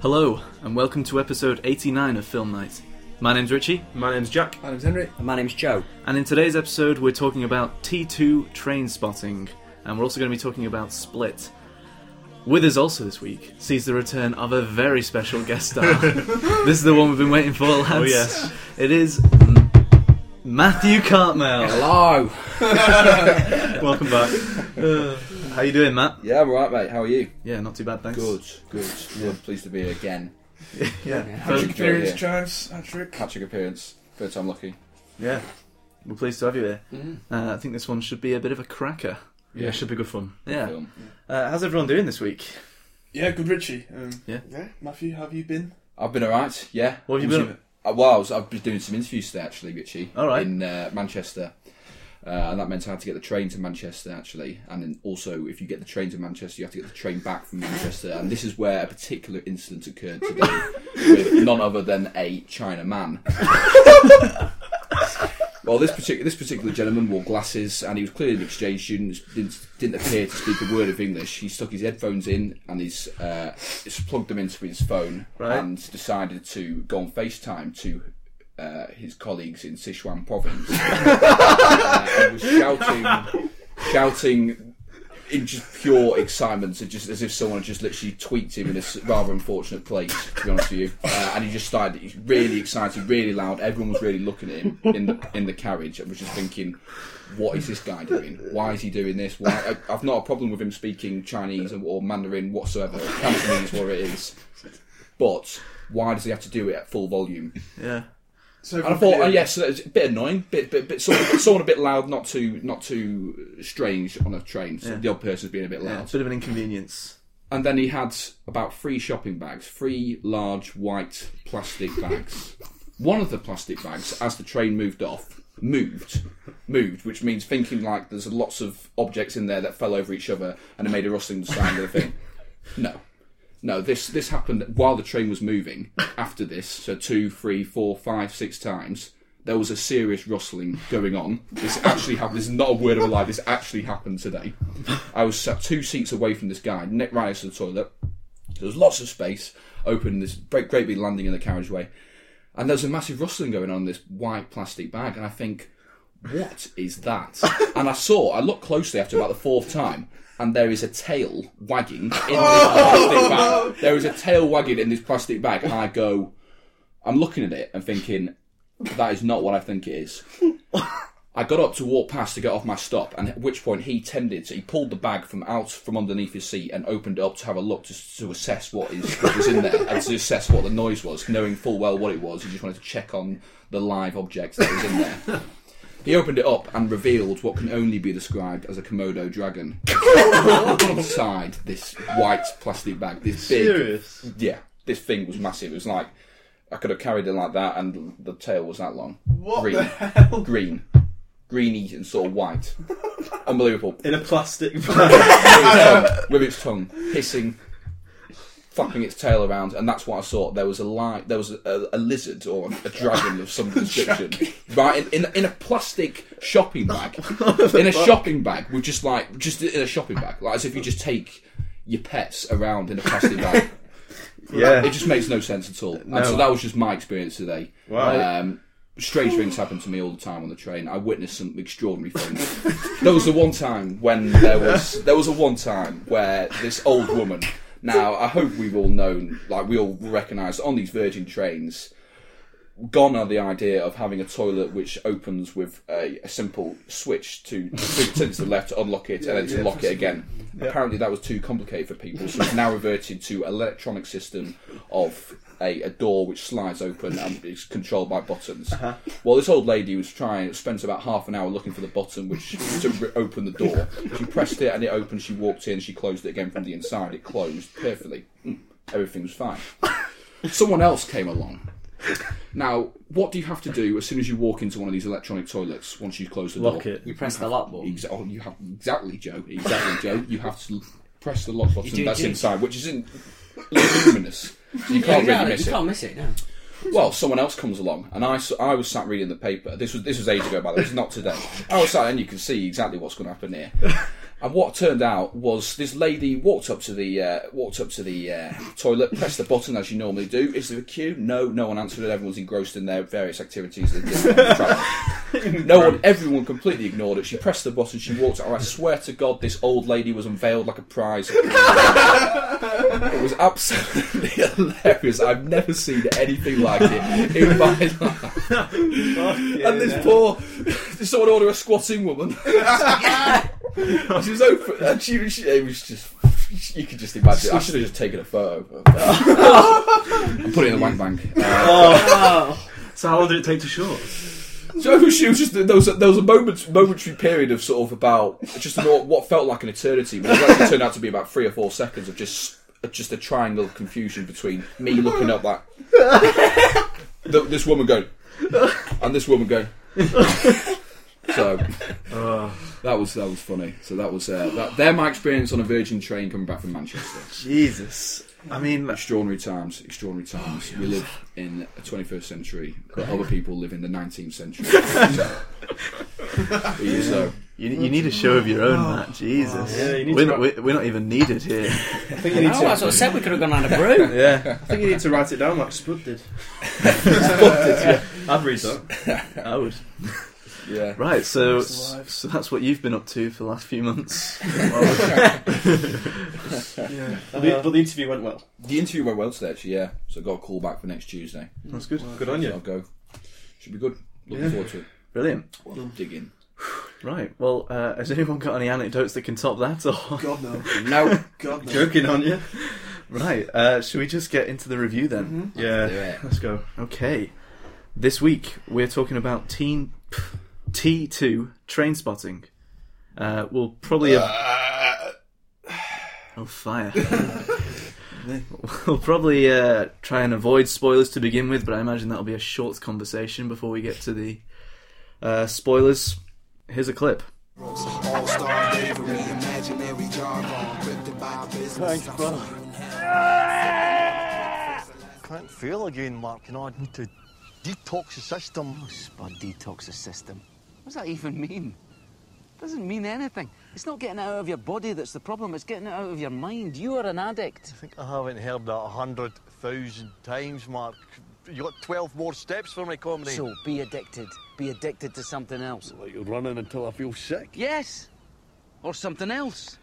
Hello, and welcome to episode 89 of Film Night. My name's Richie, My name's Jack. My name's Henry. And my name's Joe. and in today's episode, we're talking about T2 train spotting, and we're also going to be talking about Split. With us also this week sees the return of a very special guest star. this is the one we've been waiting for, lads. Oh yes. It is M- Matthew Cartmel. Hello. Welcome back. Uh, How you doing, Matt? Yeah, I'm alright, mate. How are you? Yeah, not too bad, thanks. Good, good. Yeah. Pleased to be here again. Yeah, First- First- appearance, Chives. Patrick. Patrick appearance. First time lucky. yeah. We're pleased to have you here. Uh, I think this one should be a bit of a cracker. Mm. Yeah, should be good fun. Yeah. Film. Uh, how's everyone doing this week? Yeah, good Richie. Um, Yeah. Matthew, how have you been? I've been alright. Yeah. What have you I'm been sure- Uh, well, I was, I've been doing some interviews today, actually, Richie. All right. In uh, Manchester. Uh, and that meant I had to get the train to Manchester actually, and then also if you get the train to Manchester, you have to get the train back from Manchester. And this is where a particular incident occurred today with none other than a Chinaman. Well, this particular this particular gentleman wore glasses, and he was clearly an exchange student. Didn't, didn't appear to speak a word of English. He stuck his headphones in and he's uh, just plugged them into his phone, Right. and decided to go on FaceTime to uh, his colleagues in Sichuan province. uh, and was shouting, shouting in just pure excitement, so just as if someone had just literally tweaked him in a s- rather unfortunate place, to be honest with you. Uh, and he just started, he's really excited, really loud. Everyone was really looking at him in the in the carriage, and was just thinking, "What is this guy doing? Why is he doing this? Why?" I, I've not a problem with him speaking Chinese or, or Mandarin whatsoever. Cantonese, what it is, but why does he have to do it at full volume? Yeah. So And I thought, oh yes, that's a bit annoying, bit bit, bit someone, someone a bit loud, not too not too strange on a train. So Yeah. The odd person's being a bit Yeah, loud. it's a bit of an inconvenience. And then he had about three shopping bags, three large white plastic bags. One of the plastic bags, as the train moved off, moved, moved, which means thinking like there's lots of objects in there that fell over each other and it made a rustling sound of the thing. No. No, this this happened while the train was moving. After this, so two, three, four, five, six times, there was a serious rustling going on. This actually happened. This is not a word of a lie. This actually happened today. I was sat two seats away from this guy, neck right next to the toilet. There was lots of space. Open this great, great big landing in the carriageway, and there was a massive rustling going on in this white plastic bag. And I think, what is that? and I saw. I looked closely after about the fourth time. And there is a tail wagging in this plastic bag. There is a tail wagging in this plastic bag, and I go, I'm looking at it and thinking, that is not what I think it is. I got up to walk past to get off my stop, and at which point he tended to, he pulled the bag from out from underneath his seat and opened it up to have a look to, to assess what is what was in there and to assess what the noise was, knowing full well what it was. He just wanted to check on the live objects that was in there. He opened it up and revealed what can only be described as a Komodo dragon inside this white plastic bag. This big, Serious. yeah, this thing was massive. It was like I could have carried it like that, and the tail was that long. What green, the hell? green, greeny, and sort of white. Unbelievable. In a plastic bag. With its tongue- with its tongue hissing, flapping its tail around, and that's what I saw. There was a li- there was a, a lizard or a dragon of some description, right? In, in in a plastic shopping bag, in a shopping bag with just like just in a shopping bag, like as if you just take your pets around in a plastic bag. It yeah. just makes no sense at all. And so that was just my experience today. Wow. Um, strange things happen to me all the time on the train. I witnessed some extraordinary things. there was the one time when there was there was a one time where this old woman. Now I hope we've all known, like we all recognise, on these Virgin trains, gone are the idea of having a toilet which opens with a, a simple switch to to turn to the left to unlock it and then to lock it again. Apparently, that was too complicated for people, so it's now reverted to an electronic system of a, a door which slides open and is controlled by buttons. Uh-huh. Well, this old lady was trying, spent about half an hour looking for the button which to re- open the door. She pressed it and it opened. She walked in. She closed it again from the inside. It closed perfectly. Mm, Everything was fine. Someone else came along. Now, what do you have to do as soon as you walk into one of these electronic toilets once you close the door? Lock it. You press the lock button. Exa- oh, you have exactly, Joe. Exactly, Joe. You have to l- press the lock button do- that's do- inside, which is in luminous. So you can't no, really miss you it. can't miss it. No. Well, someone else comes along, and I, s- I was sat reading the paper. This was this was ages ago, by the way. It's not today. I was sat, and you can see exactly what's going to happen here. And what turned out was this lady walked up to the uh, walked up to the uh, toilet, pressed the button as you normally do. Is there a queue? No, no one answered it. Everyone's engrossed in their various activities. They did on the track. no one, everyone completely ignored it. She pressed the button. She walked out. I swear to God, this old lady was unveiled like a prize. it was absolutely hilarious. I've never seen anything like it in my life. And this poor, this someone order a squatting woman. she was open, and she, she it was just. You could just imagine. I should have just taken a photo. And put it in the wank bank. Uh, Oh. So how long did it take to short? so she was just there was a, there was a moment, momentary period of sort of about just about what felt like an eternity, but it actually turned out to be about three or four seconds of just just a triangle of confusion between me looking up like th- this woman going and this woman going. so Oh, That was that was funny. So that was uh, that. They're my experience on a Virgin train coming back from Manchester. Jesus. I mean, Extraordinary times, extraordinary times. We live in a 21st century, but other people live in the 19th century. so, Yeah, so- you, you need a show of your own, Oh. Matt. Jesus. Yeah, you need we're, to not, we're, we're not even needed here. I think you I need know, that's what I to. said. We could have gone on a brew. yeah. I think you need to write it down like Spud did. I'd read that. I would. yeah. Right, so, Nice alive. so that's what you've been up to for the last few months. Yeah. But the, but the interview went well. The interview went well today, actually. Yeah, so I got a call back for next Tuesday. That's good. Good on you. I'll go. Should be good. Looking forward to it. Brilliant. Well, dig in. Right, well, uh, has anyone got any anecdotes that can top that? Or God no. No. God no. Joking, aren't you? Right, uh, should we just get into the review then? Mm-hmm. Yeah. Yeah. Let's go. Okay. This week we're talking about Teen T two train spotting. Uh, we'll probably have... oh fire. we'll probably uh, try and avoid spoilers to begin with, but I imagine that'll be a short conversation before we get to the uh, spoilers. Here's a clip. All-star bravery, imaginary jargon, cryptic by business. Thanks, brother. Can't fail again, Mark. You know, I need to detox the system. Spud detox the system. What does that even mean? Doesn't mean anything. It's not getting it out of your body that's the problem, it's getting it out of your mind. You are an addict. I think I haven't heard that a hundred thousand times, Mark. You got 12 more steps for me, comedy. So be addicted. Be addicted to something else. like you're running until I feel sick. Yes! Or something else.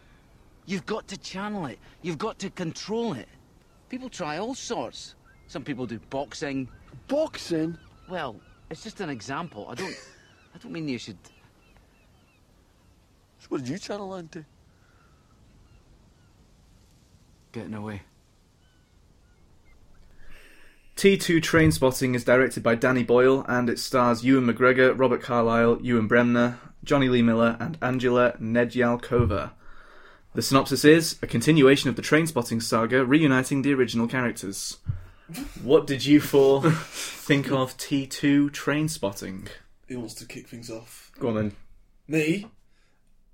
You've got to channel it, you've got to control it. People try all sorts. Some people do boxing. Boxing? Well, it's just an example. I don't. I don't mean you should. So what did you channel into? Getting away. T2 Train Spotting is directed by Danny Boyle and it stars Ewan McGregor, Robert Carlyle, Ewan Bremner, Johnny Lee Miller, and Angela Nedyalkova. The synopsis is a continuation of the train spotting saga, reuniting the original characters. What did you four think of T2 Train Spotting? Who wants to kick things off? Go on then. Me?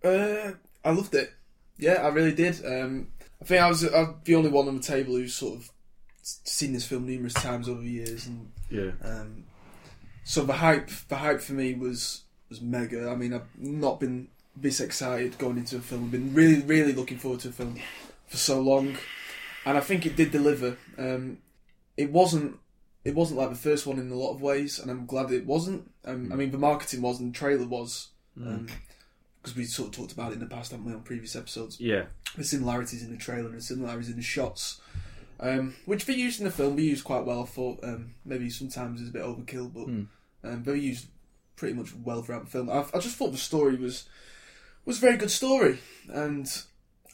Uh, I loved it. Yeah, I really did. Um, I think I was I'm the only one on the table who's sort of s- seen this film numerous times over the years, and Yeah. um, so the hype, the hype for me was was mega. I mean, I've not been this excited going into a film. I've been really, really looking forward to a film for so long, and I think it did deliver. Um, it wasn't. It wasn't like the first one in a lot of ways, and I'm glad it wasn't. Um, I mean, the marketing was and the trailer was, because we sort of talked about it in the past, haven't we, on previous episodes? Yeah. the similarities in the trailer and the similarities in the shots, um, which they used in the film. They used quite well. I thought um, maybe sometimes it's a bit overkill, but um, they were used pretty much well throughout the film. I, I just thought the story was was a very good story, and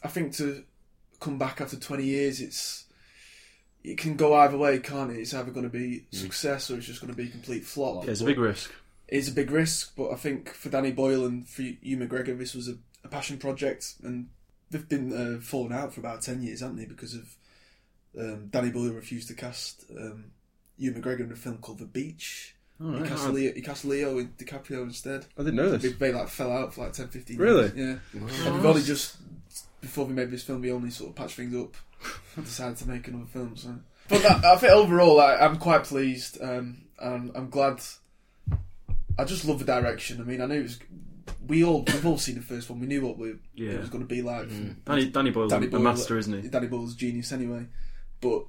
I think to come back after twenty years, it's it can go either way, can't it? It's either going to be success or it's just going to be a complete flop. It's a But- big risk. is a big risk, but I think for Danny Boyle and for you McGregor, this was a, a passion project, and they've been uh, falling out for about ten years, haven't they? Because of um, Danny Boyle refused to cast um, Hugh McGregor in a film called The Beach. he, cast Leo, he cast Leo in DiCaprio instead. I didn't know They, this. they like fell out for like 10, 15 Really? years. Yeah. And they've only just before we made this film, we only sort of patched things up. and decided to make another film. So, but that, I think overall, I, I'm quite pleased. Um, and I'm glad. I just love the direction. I mean, I knew it was we all we've all seen the first one. We knew what we, Yeah. it was going to be like. Danny, Danny Boyle's Danny a Boyle- master, isn't he? Danny Boyle's a genius anyway, but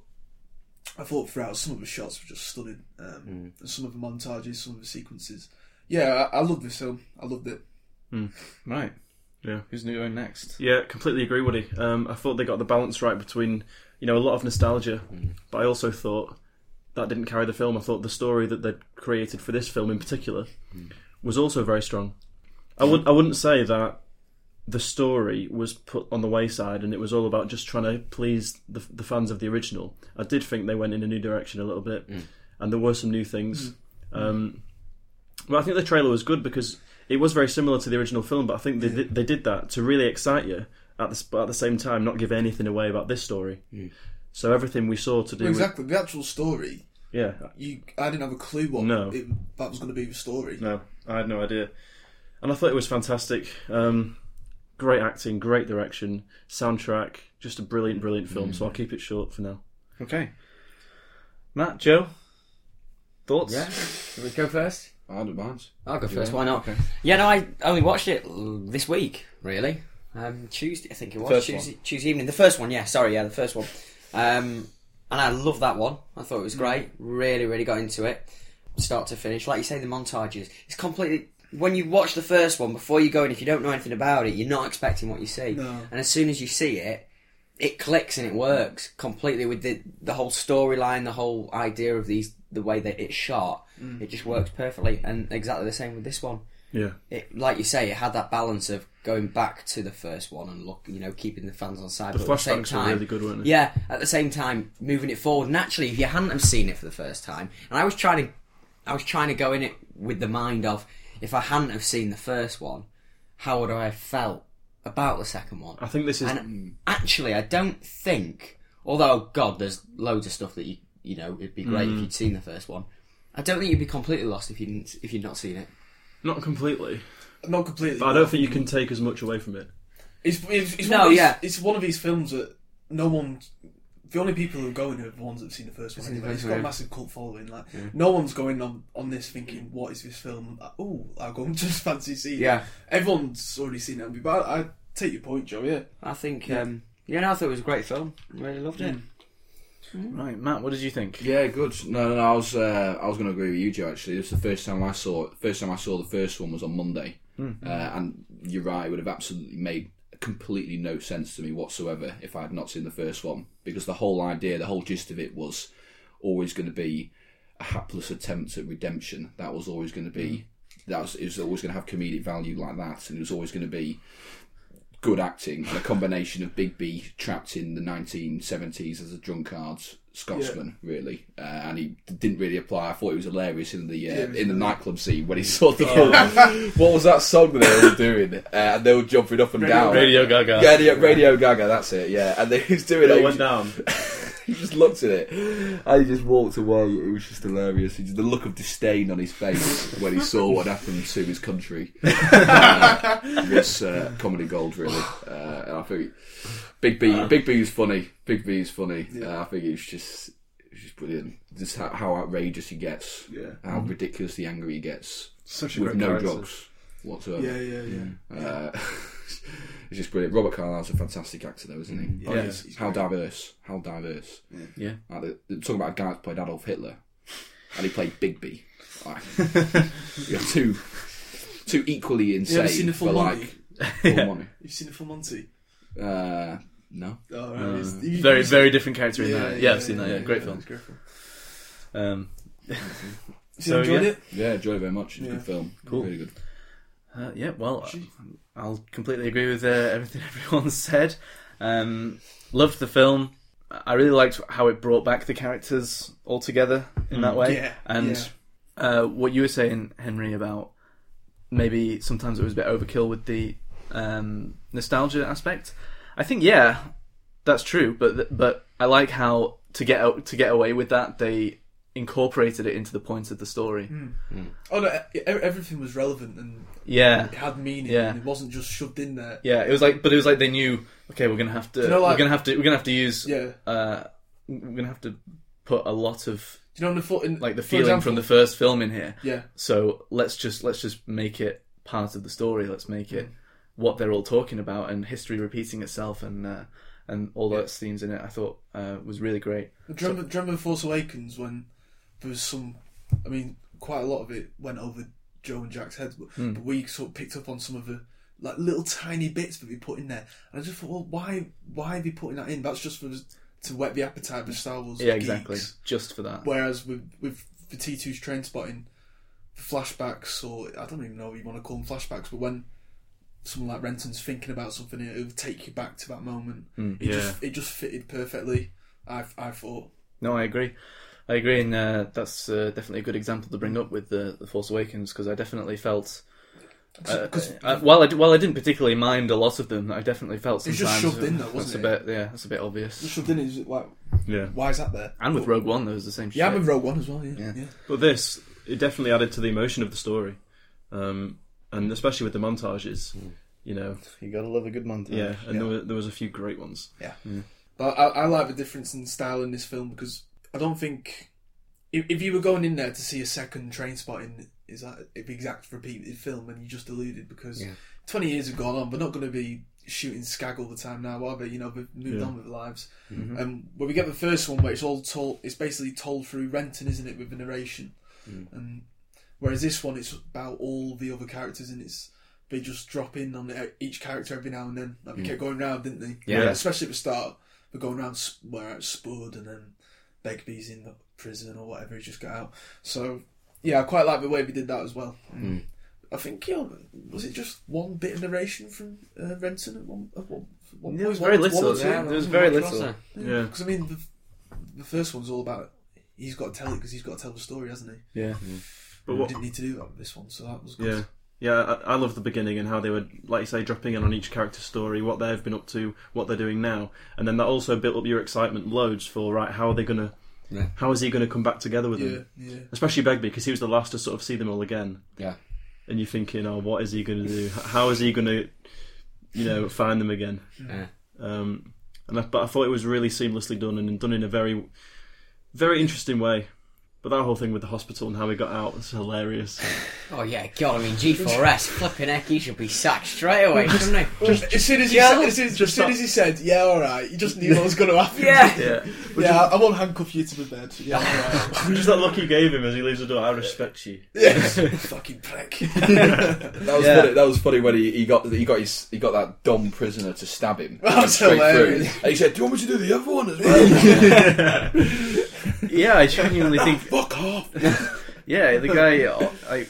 I thought throughout some of the shots were just stunning. Um, Mm. and Some of the montages, some of the sequences. Yeah, I, I love this film. I loved it. Right. Yeah. Who's new going next? Yeah, completely agree, Woody. Um, I thought they got the balance right between, you know, a lot of nostalgia, but I also thought that didn't carry the film. I thought the story that they'd created for this film in particular was also very strong. I would I wouldn't say that the story was put on the wayside and it was all about just trying to please the, the fans of the original. I did think they went in a new direction a little bit, and there were some new things. Um, but I think the trailer was good because it was very similar to the original film, but I think they did, they did that to really excite you at the s- but at the same time not give anything away about this story. So everything we saw to do exactly the actual story. with yeah You, I didn't have a clue what No. it, that was going to be the story. no, I had no idea, and I thought it was fantastic. Um, great acting, great direction, soundtrack, just a brilliant, brilliant film. So I'll keep it short for now. Okay. Matt, Joe, thoughts? Yeah. Should we go first? I don't mind. I'll go first. Why not? Yeah, no, I only watched it l- this week, really. Um, Tuesday, I think it was first Tuesday, Tuesday evening. The first one, yeah. Sorry, yeah, the first one. Um, and I loved that one. I thought it was great. Really, really got into it, start to finish. Like you say, the montages. It's completely. When you watch the first one before you go in, if you don't know anything about it, you're not expecting what you see. No. And as soon as you see it, it clicks and it works completely with the the whole storyline, the whole idea of these, the way that it's shot. It just works perfectly, and exactly the same with this one. Yeah, It, like you say, it had that balance of going back to the first one and look, you know, keeping the fans on side. the but at the same flashbacks were time, really good, weren't they? yeah, at the same time moving it forward. And actually, if you hadn't have seen it for the first time, and I was trying to, I was trying to go in it with the mind of if I hadn't have seen the first one, how would I have felt about the second one? I think this is And actually, I don't think. Although, God, there's loads of stuff that you you know it'd be great if you'd seen the first one. I don't think you'd be completely lost if you didn't if you'd not seen it. not completely, Not completely. but I don't think you can take as much away from it. It's, it's, it's No, one of these, yeah. It's one of these films that no one. The only people who are going are the ones that've seen the first one. Anyway. It's got a massive cult following. Like no one's going on on this thinking, "What is this film?" Oh, I'll go and just fancy seeing. it." Yeah. everyone's already seen it. But I, I take your point, Joe. Yeah, I think. Um, yeah, Mm. no, I thought it was a great film. Really loved it. Right, Matt, what did you think? Yeah, good. No, no, no I was uh, I was going to agree with you, Joe. Actually, this was the first time I saw it. First time I saw the first one was on Monday, uh, and you're right. It would have absolutely made completely no sense to me whatsoever if I had not seen the first one because the whole idea, the whole gist of it was always going to be a hapless attempt at redemption. That was always going to be that was it was always going to have comedic value like that, and it was always going to be good acting and a combination of Big B trapped in the 1970s as a drunkard Scotsman, really, uh, and he d- didn't really apply. I thought it was hilarious in the uh, in the nightclub scene when he saw the Oh. what was that song that they were doing, uh, and they were jumping up and down. Radio Gaga. Yeah, Radio, Radio Gaga, that's it, yeah. And they, he was doing it. It he was- went down. he just looked at it and he just walked away. It was just hilarious. He- The look of disdain on his face when he saw what happened to his country uh, was uh, comedy gold, really. Uh, and I think Big B, Big B is funny. Big B is funny. Uh, I think it was just. it was Just brilliant. Just how, how outrageous he gets, Yeah. how ridiculously angry he gets Such with no drugs whatsoever. yeah, yeah, yeah. Uh, it's just brilliant. Robert Carlyle's a fantastic actor, though, isn't he? Yeah. He's- he's How diverse. How diverse. Yeah. Like, they're- they're talking about a guy that played Adolf Hitler, and he played Bigby. Like, you know, two, two equally insane. You ever seen the full but Monty? like full Monty. You've seen the full Monty. Uh, no. Oh, right. Uh, It's- you- Uh, Very, you- very different character in that. Yeah, I've seen that. Yeah, great yeah, film. it's a Great film. Um, So, So, you enjoyed yeah. it? Yeah, enjoy it very much. It's a Yeah. good film. Cool. Really good. Uh, yeah, well, I'll completely agree with uh, everything everyone said. Um, loved the film. I really liked how it brought back the characters all together in that way. Mm, Yeah, and yeah. Uh, what you were saying, Henry, about maybe sometimes it was a bit overkill with the um, nostalgia aspect. I think yeah, that's true. But th- but I like how to get out, to get away with that they incorporated it into the point of the story. Oh no, e- e- everything was relevant and Yeah, it had meaning. Yeah. and it wasn't just shoved in there. Yeah, it was like, but it was like they knew. Okay, we're gonna have to. you know, like- we're gonna have to. We're gonna have to use. Yeah. Uh, we're gonna have to put a lot of Do you know in the foot in like the for feeling example- from the first film in here. yeah. So let's just let's just make it part of the story. Let's make it Mm. what they're all talking about and history repeating itself and uh, and all those themes in it. I thought uh, was really great. Do you remember, do you remember Force Awakens when there was some? I mean, quite a lot of it went over Joe and Jack's heads, but, Mm. Hmm. but we sort of picked up on some of the like little tiny bits that we put in there, and I just thought, well, why why are they putting that in? That's just for us to whet the appetite for Star Wars. Yeah, exactly. geeks. Just for that. Whereas with with the T 2s train spotting, flashbacks or I don't even know what you want to call them flashbacks, but when someone like Renton's thinking about something, it'll take you back to that moment. Mm. it just it just fitted perfectly. I I thought. No, I agree. I agree, and uh, that's uh, definitely a good example to bring up with the, the Force Awakens because I definitely felt. Uh, uh, while I d- while I didn't particularly mind a lot of them, I definitely felt It's sometimes just shoved in though, that's wasn't a bit yeah, that's a bit obvious. Shoved in is like, Yeah. why is that there? And with Rogue One, there was the same. Yeah, shit. I'm with Rogue One as well. Yeah, Yeah. yeah. But this, it definitely added to the emotion of the story, um, and especially with the montages. Mm. You know, You gotta love a good montage. Oh, yeah, and There, were, there was a few great ones. But I, I like the difference in style in this film because I don't think if, if you were going in there to see a second train spot in is that the exact repeated film and you just deluded because twenty years have gone on. We're not going to be shooting skag all the time now, are they? You know, we've moved on with lives. Um, when we get the first one where it's all told, it's basically told through Renton, isn't it, with the narration. Um, whereas this one, it's about all the other characters and it's they just drop in on e-, each character every now and then. Like, they kept going round, didn't they? Yeah. Especially at the start, they're going round Sp- where it's Spud and then Begbie's in the prison or whatever he just got out. So yeah, I quite like the way we did that as well. Mm. I think you know, was it just one bit of narration from uh, Renton at one? At one, one Yeah, it was very little. Because Yeah, there was very little. Yeah, I mean, the, the first one's all about he's got to tell it because he's got to tell the story, hasn't he? Yeah, but We what? didn't need to do that with this one, so that was good. Yeah, yeah, I, I love the beginning and how they were, like you say, dropping in on each character's story, what they've been up to, what they're doing now, and then that also built up your excitement loads for right, how are they gonna, Yeah. how is he gonna come back together with yeah, them, yeah. especially Begbie because he was the last to sort of see them all again. Yeah. and you're thinking, oh, what is he gonna do? H- How is he gonna, you know, find them again? Yeah. Um, and I, but I thought it was really seamlessly done and done in a very, very interesting way. But that whole thing with the hospital and how he got out was hilarious. Oh yeah, God! I mean, G4S flipping heck, he should be sacked straight away, shouldn't he? As soon as he Yeah. said, as soon, as soon as he said, yeah, all right, you just knew what was going to happen. yeah. Yeah. yeah. I- I won't handcuff you to the bed. Yeah, all right. Just that look he gave him as he leaves the door. I respect you. fucking prick. That was funny. That was funny when he, he got he got his he got that dumb prisoner to stab him. That's Straight hilarious. through. And he said, "Do you want me to do the other one as well?" yeah. I genuinely think Fuck off. yeah, the guy uh, like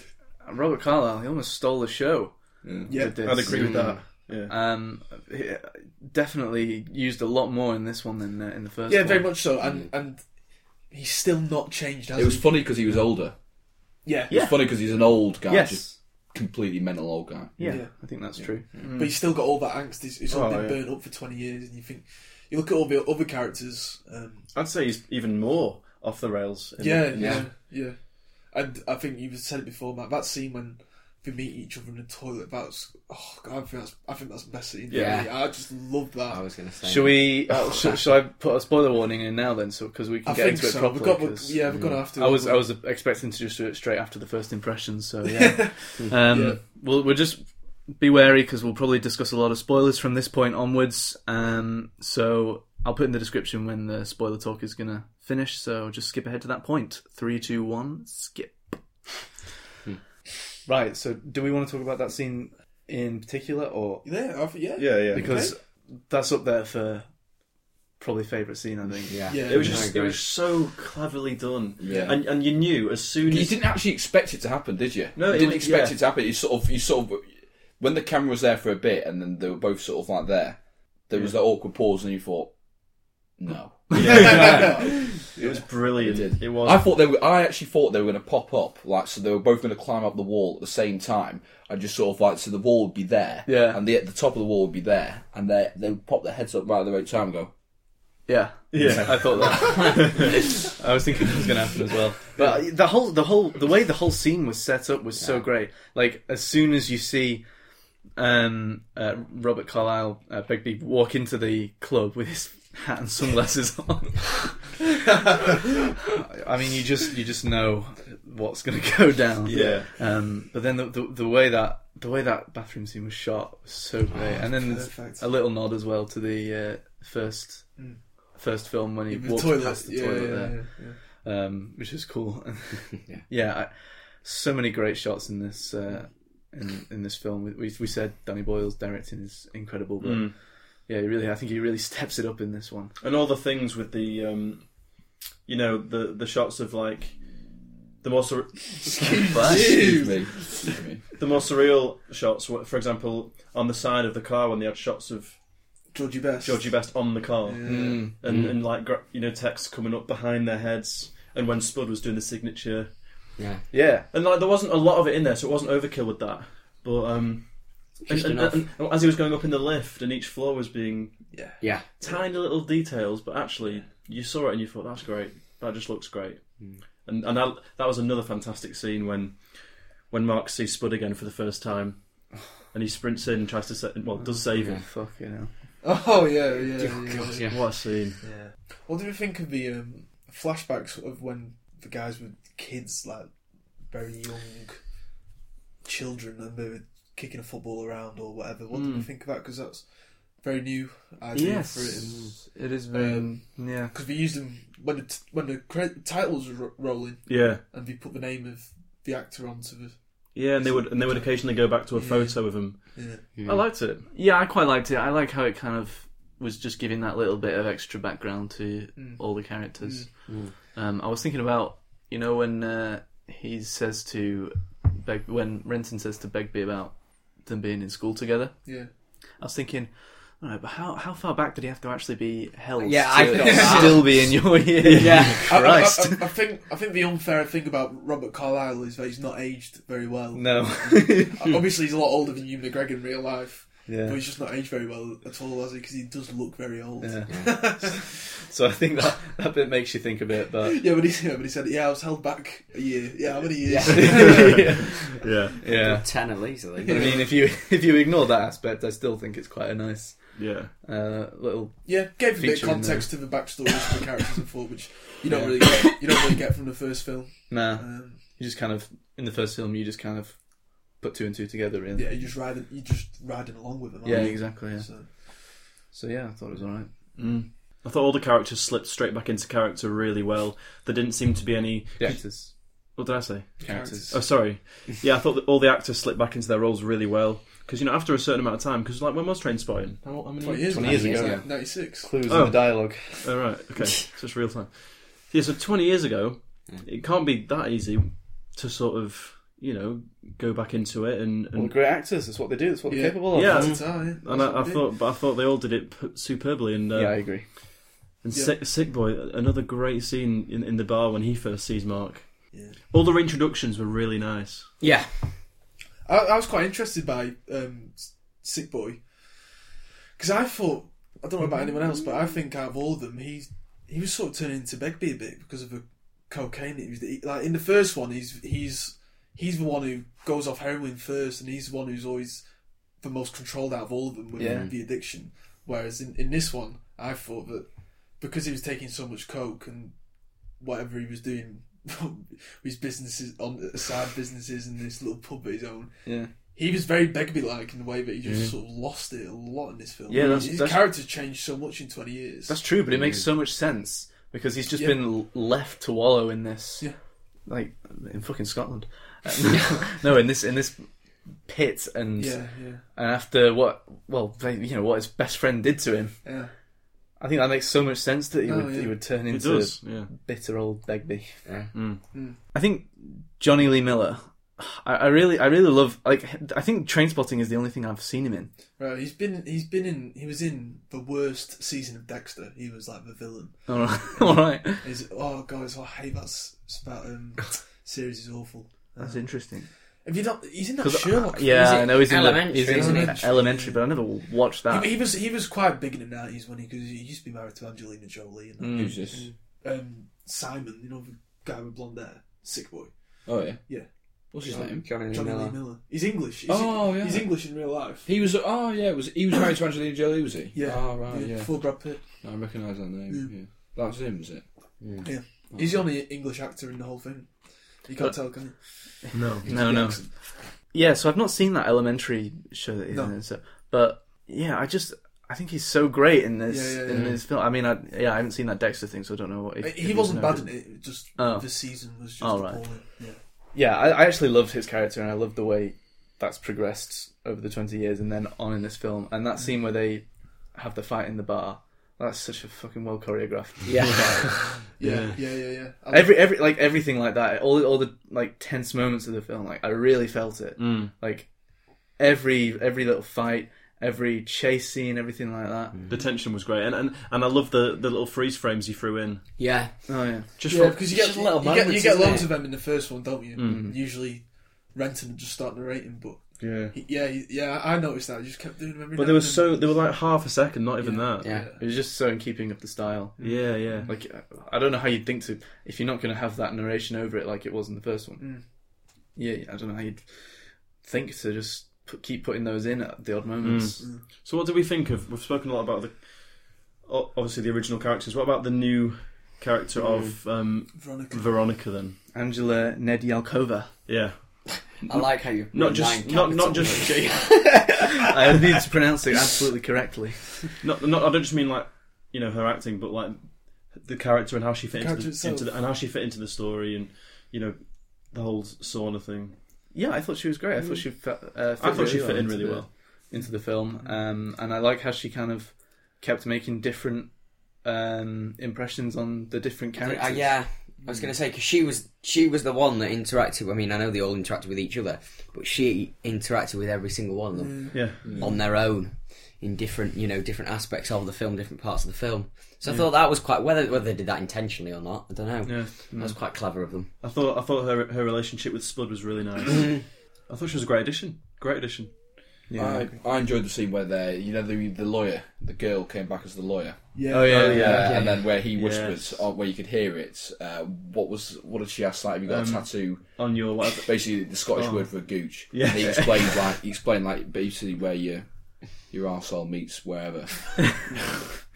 Robert Carlyle, he almost stole the show. Yeah, Mm. with this. I'd agree with that. Um, he definitely used a lot more in this one than uh, in the first. Yeah, one. very much so. And and he's still not changed. Has It was he? funny because he was older. Yeah. It was funny because he's an old guy, just Yes. completely mental old guy. Yeah, Yeah. I think that's true. but he's still got all that angst. It's, it's all Oh, been yeah. burnt up for twenty years, and you think you look at all the other characters. Um, I'd say he's even more off the rails. in yeah, the- yeah, yeah, And I think you've said it before, Matt. That scene when they meet each other in the toilet. That's oh god, I think that's I think that's the best scene. Yeah. Oh, really. I just love that. I was gonna say. Shall we? Uh, sh- shall I put a spoiler warning in now then, so because we can I get think into it so. properly? we've got, 'cause yeah, we've got to have to. I was I was expecting to just do it straight after the first impressions. So yeah, um, Yeah. we'll we'll just be wary because we'll probably discuss a lot of spoilers from this point onwards. Um, so I'll put in the description when the spoiler talk is gonna finish. So just skip ahead to that point. Three, two, one, skip. Right. So do we want to talk about that scene in particular, or yeah, I think, yeah, yeah, yeah. because that's up there for probably favorite scene? I think. Yeah. Yeah. It was I just it agree. was so cleverly done. Yeah. And and you knew as soon You as didn't actually expect it to happen, did you? No, you it didn't was- expect yeah. it to happen. You sort of, you sort of, when the camera was there for a bit, and then they were both sort of like there. There was that awkward pause, and you thought, no. it was brilliant. It It, did. was I thought they were. I actually thought they were going to pop up, like so. They were both going to climb up the wall at the same time, and just sort of like so the wall would be there, Yeah. and the the top of the wall would be there, and they they would pop their heads up right at the right time and go. Yeah, yeah. I thought that. I was thinking that was going to happen as well. But the whole, the whole, the way the whole scene was set up was so great. Like as soon as you see um, uh, Robert Carlyle uh, Begbie walk into the club with his hat and sunglasses on, I mean, you just you just know what's going to go down. Yeah. Um, but then the, the the way that the way that bathroom scene was shot was so great, and then there's Perfect. a little nod as well to the uh, first Mm. first film when he The walked toilet, past the yeah, toilet yeah, there, yeah, yeah. Um, which is cool. Yeah. yeah, I, so many great shots in this uh, in in this film. We, we we said Danny Boyle's directing is incredible, but Mm. yeah, he really I think he really steps it up in this one. and all the things with the um, you know the the shots of like the more sur- Excuse me. Excuse me. the more surreal shots were, for example on the side of the car when they had shots of Georgie Best. Georgie Best on the car Yeah. Mm. and Mm. and like gra- you know text coming up behind their heads and when Spud was doing the signature Yeah. Yeah, and like there wasn't a lot of it in there so it wasn't overkill with that but um and, Just and, enough. and, and as he was going up in the lift and each floor was being Yeah. tiny little details, but actually you saw it and you thought that's great. That just looks great. And and that, that was another fantastic scene when when Mark sees Spud again for the first time, and he sprints in and tries to sa- well does save him. fuck you know. Oh yeah, yeah. Oh, yeah. God, yeah. What a scene! What do we think of the um, flashbacks of when the guys were kids, like very young children, and they were kicking a football around or whatever? What do we Mm. think of that? Because that's very new idea for it. Um, and- it is very- yeah. because we used them when the t- when the cre- titles were ro- rolling, Yeah, and we put the name of the actor onto the. yeah, and they would and they would occasionally go back to a Yeah. photo of him. Yeah. I liked it. Yeah, I quite liked it. I like how it kind of was just giving that little bit of extra background to Mm. all the characters. Mm. Um, I was thinking about you know when uh, he says to Beg- when Renton says to Begbie about them being in school together. Yeah. I was thinking, all right, but how how far back did he have to actually be held? Yeah, to I've got that. still be in your year. Yeah. I- I- Christ. I, I, I think I think the unfair thing about Robert Carlyle is that he's not aged very well. No. Obviously, he's a lot older than Hugh McGregor in real life, but yeah. he's just not aged very well at all, has he? Because he does look very old. Yeah, yeah. so I think that that bit makes you think a bit, but but, he, yeah but he said, "Yeah, I was held back a year. Yeah, how many years? yeah. Yeah, yeah. Ten at least, I think. I mean, if you if you ignore that aspect, I still think it's quite a nice yeah. uh, little. Yeah, gave a bit Feature of in context to the backstories of the characters and thought, which you don't uh, Yeah. really get, you don't really get from the first film. Nah, Um, you just kind of in the first film, you just kind of put two and two together, really. yeah, you just riding, you just riding along with them. aren't Yeah, you? exactly. Yeah. So, So yeah, I thought it was alright. Mm. I thought all the characters slipped straight back into character really well. There didn't seem to be any. The actors, What did I say? characters. Oh, sorry. Yeah, I thought that all the actors slipped back into their roles really well. Because, you know, after a certain amount of time, because, like, when was Train Spotting? How, how many twenty years, 20 Oh, years ago, ago, yeah. ninety six. clues Oh. in the dialogue. Oh, right, okay. so it's real time. Yeah, so 20 years ago, it can't be that easy to sort of, you know, go back into it. And, Well, and, great actors. That's what they do. That's what Yeah. they're capable of. Yeah. and And I, I thought but I thought they all did it p- superbly. And, uh, yeah, I agree. and Yeah. Sick, Sick Boy, another great scene in, in the bar when he first sees Mark. Yeah. All the reintroductions were really nice. Yeah. I, I was quite interested by um, S- Sick Boy because I thought I don't know about anyone else, but I think out of all of them, he he was sort of turning into Begbie a bit because of the cocaine. He was he, like in the first one, he's he's he's the one who goes off heroin first, and he's the one who's always the most controlled out of all of them with Yeah. the addiction. Whereas in, in this one, I thought that because he was taking so much coke and whatever he was doing. His businesses on side businesses and this little pub of his own Yeah, he was very Begbie like in the way that he just sort of lost it a lot in this film. Yeah, that's- his that's- character's changed so much in twenty years. that's true. But it makes so much sense because he's just Yeah. been l- left to wallow in this. Yeah. like in fucking Scotland. Uh, no, in this in this pit and yeah, yeah, and after what well they, you know what his best friend did to him. yeah. I think that makes so much sense that he Oh, would yeah. he would turn It into Mm-hmm. does, yeah. bitter old Begbie. Yeah. Mm. Mm. I think Johnny Lee Miller. I, I really I really love like I think Train Spotting is the only thing I've seen him in. Right, he's been he's been in he was in the worst season of Dexter. He was like the villain. All right, all right. He's oh guys, I hate that s- that um, series is awful. That's interesting. Have you not? He's in that 'Cause, Sherlock. Yeah, Is it I know he's in elementary, the, he's in isn't it? elementary, but I never watched that. He, he was he was quite big in the nineties when he because he used to be married to Angelina Jolie and Mm. Who's this? um, Simon, you know the guy with blonde hair, sick boy. Oh yeah. Yeah. What's his name? Johnny Lee Johnny Lee Miller. Miller. He's English. He's, Oh, yeah. He's English in real life. He was. Oh yeah. Was he was married to Angelina Jolie? Was he? Yeah. Oh right. Yeah. Before Brad Pitt. No, I recognise that name. Yeah. That was him, was it? He's the only English actor in the whole thing. You can't tell, can you? no, no. Yeah, so I've not seen that elementary show that he's No. in, so, but yeah, I just I think he's so great in this Yeah, yeah, in yeah. this film. I mean, I, yeah, I haven't seen that Dexter thing, so I don't know what if, if He he's wasn't bad noted. in it. it just Oh. the season was just Oh, right. appalling. Yeah. Yeah, I, I actually loved his character, and I loved the way that's progressed over the twenty years, and then on in this film, and that scene where they have the fight in the bar. That's such a fucking well choreographed. Yeah. Yeah, yeah, yeah, yeah. I Every every like everything like that, all all the like tense moments of the film, like I really felt it. Like every every little fight, every chase scene, everything like that. The tension was great, and and, and I love the, the little freeze frames he threw in. yeah. Oh yeah. Just Yeah, for, because you get Just little you get, you moments, get isn't loads it? of them in the first one, don't you? Usually, Renton would just start narrating, but yeah. he, yeah, he- yeah, I noticed that. I just kept doing them. every But now they were and then. so they were like half a second, not even that. Yeah. It was just so in keeping of the style. Yeah, yeah. Like uh, I don't know how you'd think to if you're not going to have that narration over it like it was in the first one. Mm. Yeah, I don't know how you'd think to just put, keep putting those in at the odd moments. Mm. So what do we think of? We've spoken a lot about the o- obviously the original characters. What about the new character Mm. of um, Veronica. Veronica then? Angela Nedyalkova. Yeah, I like how you not just not not just I need to pronounce it absolutely correctly. not, not I don't just mean like you know her acting, but like the character and how she fit into, character the, itself. into the and how she fit into the story and you know the whole sauna thing. Yeah, I thought she was great. I thought she fit, uh, fit Mm. I thought she well fit in into really the- well. Mm. into the film, um, and I like how she kind of kept making different um, impressions on the different characters. Uh, yeah, I was going to say because she was she was the one that interacted. I mean, I know they all interacted with each other, but she interacted with every single one of them Yeah, on their own in different you know different aspects of the film, different parts of the film. So I thought that was quite whether whether they did that intentionally or not. I don't know. yeah. Mm. That was quite clever of them. I thought I thought her her relationship with Spud was really nice. I thought she was a great addition. Great addition. I, I enjoyed the scene where they, you know, the, the lawyer, the girl came back as the lawyer. yeah, Oh yeah, Uh, yeah. And then where he Yes. whispers, uh where you could hear it. Uh, what was what did she ask? Like, have you got a tattoo? On your whatever. Basically, the Scottish word for a gooch. Yeah. And he explained like he explained like basically where your your arsehole meets wherever.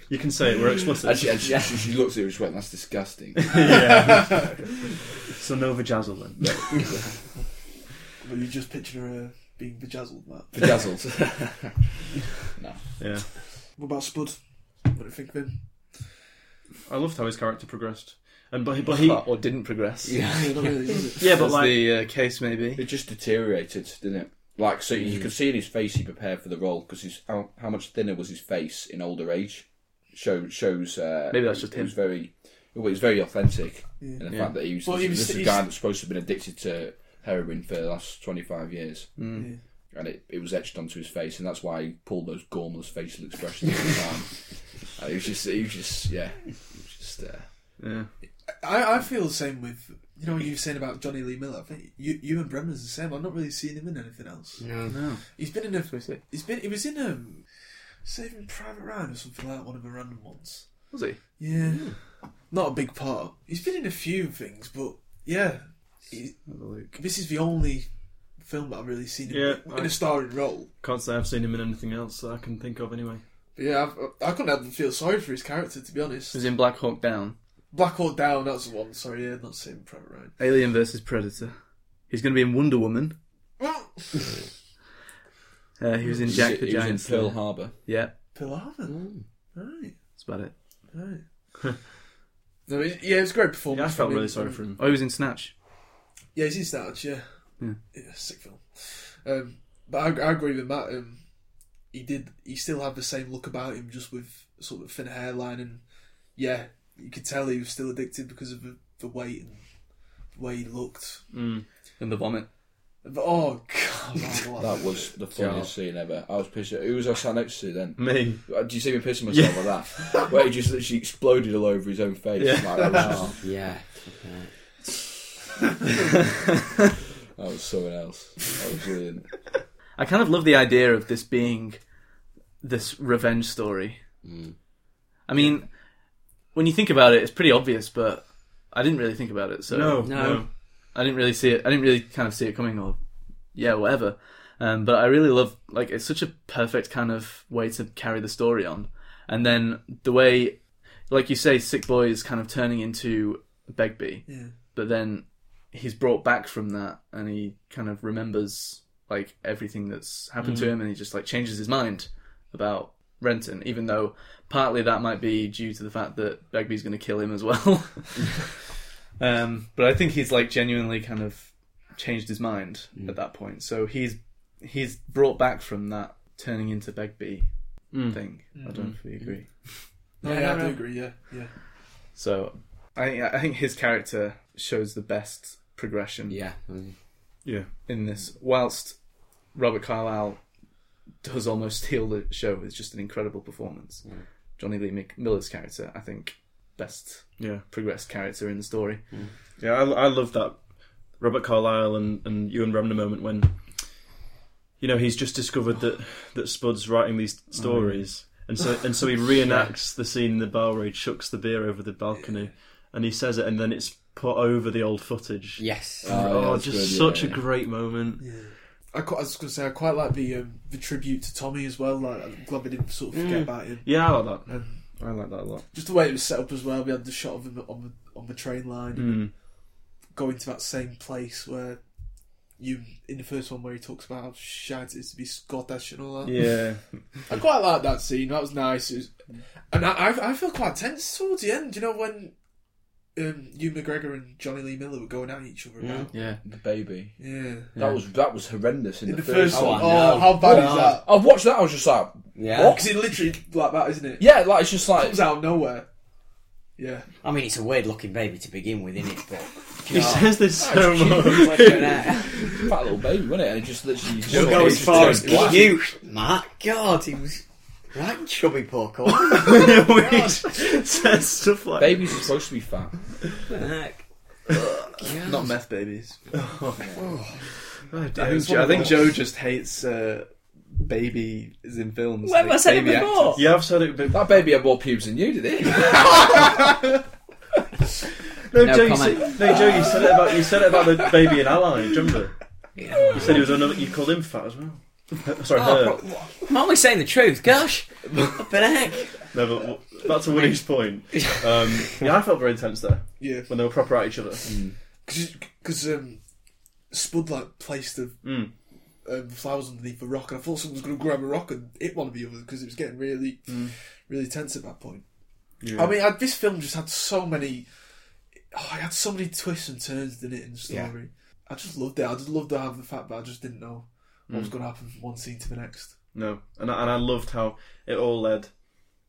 You can say it. We're And explicit. she, and she, she, she looked at it and just went, "That's disgusting." so no vajazzle then. But you just picture her being bejazzled, Matt. Bedazzled. Yeah. What about Spud? What do you think of him? I loved how his character progressed, and but but he or didn't progress. Yeah, Yeah, not really, is it? yeah, but that's like the uh, case maybe. It just deteriorated, didn't it? Like, so you could see in his face he prepared for the role because how, how much thinner was his face in older age. Show, shows. Uh, Maybe that's just it was him. very. Well, it was very authentic in the Yeah. fact that he was, Well, this, he was- this is a he's- guy that's supposed to have been addicted to heroin for the last twenty five years, Yeah. and it, it was etched onto his face, and that's why he pulled those gormless facial expressions all the time. Uh, it was just, it was just, yeah, it was just. Uh, yeah. I, I feel the same with you know what you were saying about Johnny Lee Miller. I think you you and Bremner's the same. I've not really seen him in anything else. No. He's been in a he's been he was in a Saving Private Ryan or something like that, one of the random ones. Was he? Yeah. Not a big part. He's been in a few things, but yeah. He- this is the only film that I've really seen him Yeah, in I- a starring role. Can't say I've seen him in anything else that I can think of anyway. But yeah, I've, I couldn't help but feel sorry for his character, to be honest. Was in Black Hawk Down. Black Hawk Down, that's the one. Sorry, yeah, not Saving Private Ryan. Alien versus Predator. He's going to be in Wonder Woman. Uh, he was in Jack he the was in Giant Pearl Slayer. Harbor. Yeah, Pearl Harbor. Right, that's about it. right. no, it- yeah, it's a great performance. Yeah, I felt mean, really sorry for him. Oh, he was in Snatch. Yeah, he's in Snatch, yeah. yeah. sick film. Um, but I, I agree with Matt. Um, he did. He still had the same look about him, just with sort of thin hairline, and yeah, you could tell he was still addicted because of the, the weight and the way he looked. In the vomit. But oh god, I love That it. was the funniest scene ever. I was pissing. Who was I sat next to then? Me. Uh, Do you see me pissing myself like that? Where he just literally exploded all over his own face. Like, that, was just, Yeah. that was someone else. That was brilliant. Ah, I kind of love the idea of this being this revenge story. Mm. I mean, when you think about it, it's pretty obvious, but I didn't really think about it. So No, no. I didn't really see it. I didn't really kind of see it coming, or yeah, whatever. Um, but I really love like it's such a perfect kind of way to carry the story on, and then the way, like you say, Sick Boy is kind of turning into Begbie, Yeah. but then he's brought back from that, and he kind of remembers like everything that's happened to him, and he just like changes his mind about Renton, even though partly that might be due to the fact that Begbie's going to kill him as well. um, but I think he's like genuinely kind of changed his mind Mm. at that point. So he's he's brought back from that turning into Begbie Mm. thing. I don't know if we Mm-hmm. agree. No, yeah, I do agree. Yeah, yeah. So I I think his character shows the best progression Yeah. in this, whilst Robert Carlyle does almost steal the show with just an incredible performance. Mm. Johnny Lee Mc- Miller's character, I think, best Yeah. progressed character in the story. Yeah, I, I love that Robert Carlyle and, and Ewan Remner moment when you know he's just discovered that that Spud's writing these stories, and so and so he reenacts the scene in the bar where he chucks the beer over the balcony, and he says it, and then it's put over the old footage. Yes. Oh, yeah, Oh, that's just good, yeah, such yeah. a great moment. I, quite, I was going to say I quite like the um, the tribute to Tommy as well. Like I'm glad we didn't sort of Mm. forget about him. Yeah, I like that. I like that a lot. Just the way it was set up as well. We had the shot of him on the on the train line Mm. going to that same place where you in the first one where he talks about how shite it is to be Scottish and all that. Yeah, I quite like that scene. That was nice. It was, and I, I I feel quite tense towards the end. You know when um, Hugh McGregor and Johnny Lee Miller were going at each other. About. Yeah. The baby. Yeah. That was that was horrendous in, In the first. first Oh, one. I Oh, know. how bad Oh. is that? I've watched that. I was just like, Yeah. Because it literally like that, isn't it? yeah, like it's just like Comes out of nowhere. Yeah. I mean, it's a weird looking baby to begin with, isn't it? But he says this so much. fat little baby, wasn't it? And it just literally just Don't it go was as far as just black. you. My God, he was right chubby pork. he says stuff like Babies are supposed to be fat. Not meth babies. Oh, I dear, it's think, one Joe, I of think those. Joe just hates uh, babies in films. Where like, was I baby before? actors. Yeah, I've said it. But That baby had more pubes than you did. It? No, No Joe, you comment. said, no, Joe, you said it about you said it about the baby in Ally. Do you remember? You said he was another. You called him fat as well. Oh, Sorry, her. I'm only saying the truth. Gosh, what the heck? No, but w- back to Woody's point. Um, yeah, I felt very intense there Yeah. when they were proper at each other. Because um, Spud like placed the Mm. um, flowers underneath a rock, and I thought someone was going to grab a rock and hit one of the others because it was getting really, Mm. really tense at that point. I mean, I, this film just had so many. Oh, it had so many twists and turns in it in the story. I just loved it. I just loved to have the fact that I just didn't know what Mm. was going to happen from one scene to the next. No, and I, and I loved how it all led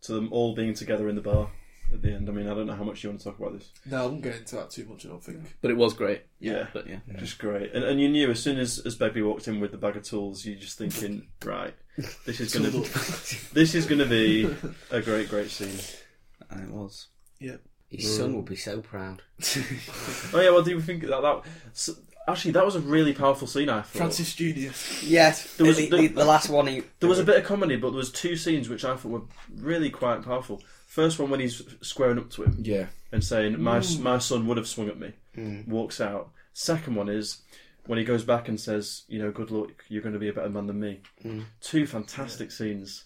to them all being together in the bar at the end. I mean, I don't know how much you want to talk about this. No, I won't get into that too much. I don't think. But it was great. Yeah. But yeah. Just great, and and you knew as soon as as Begbie walked in with the bag of tools, you're just thinking, right, this is gonna this is gonna be a great great scene. And it was. His son will be so proud. Oh yeah, well, do you think that that s actually that was a really powerful scene? I thought Francis Junior. Yes, There was- the, the- the last one. He, there was a bit of comedy, but there was two scenes which I thought were really quite powerful. First one when he's squaring up to him Yeah. and saying, "My s my son would have swung at me," walks out. Second one is when he goes back and says, "You know, good luck, you're going to be a better man than me." Two fantastic scenes,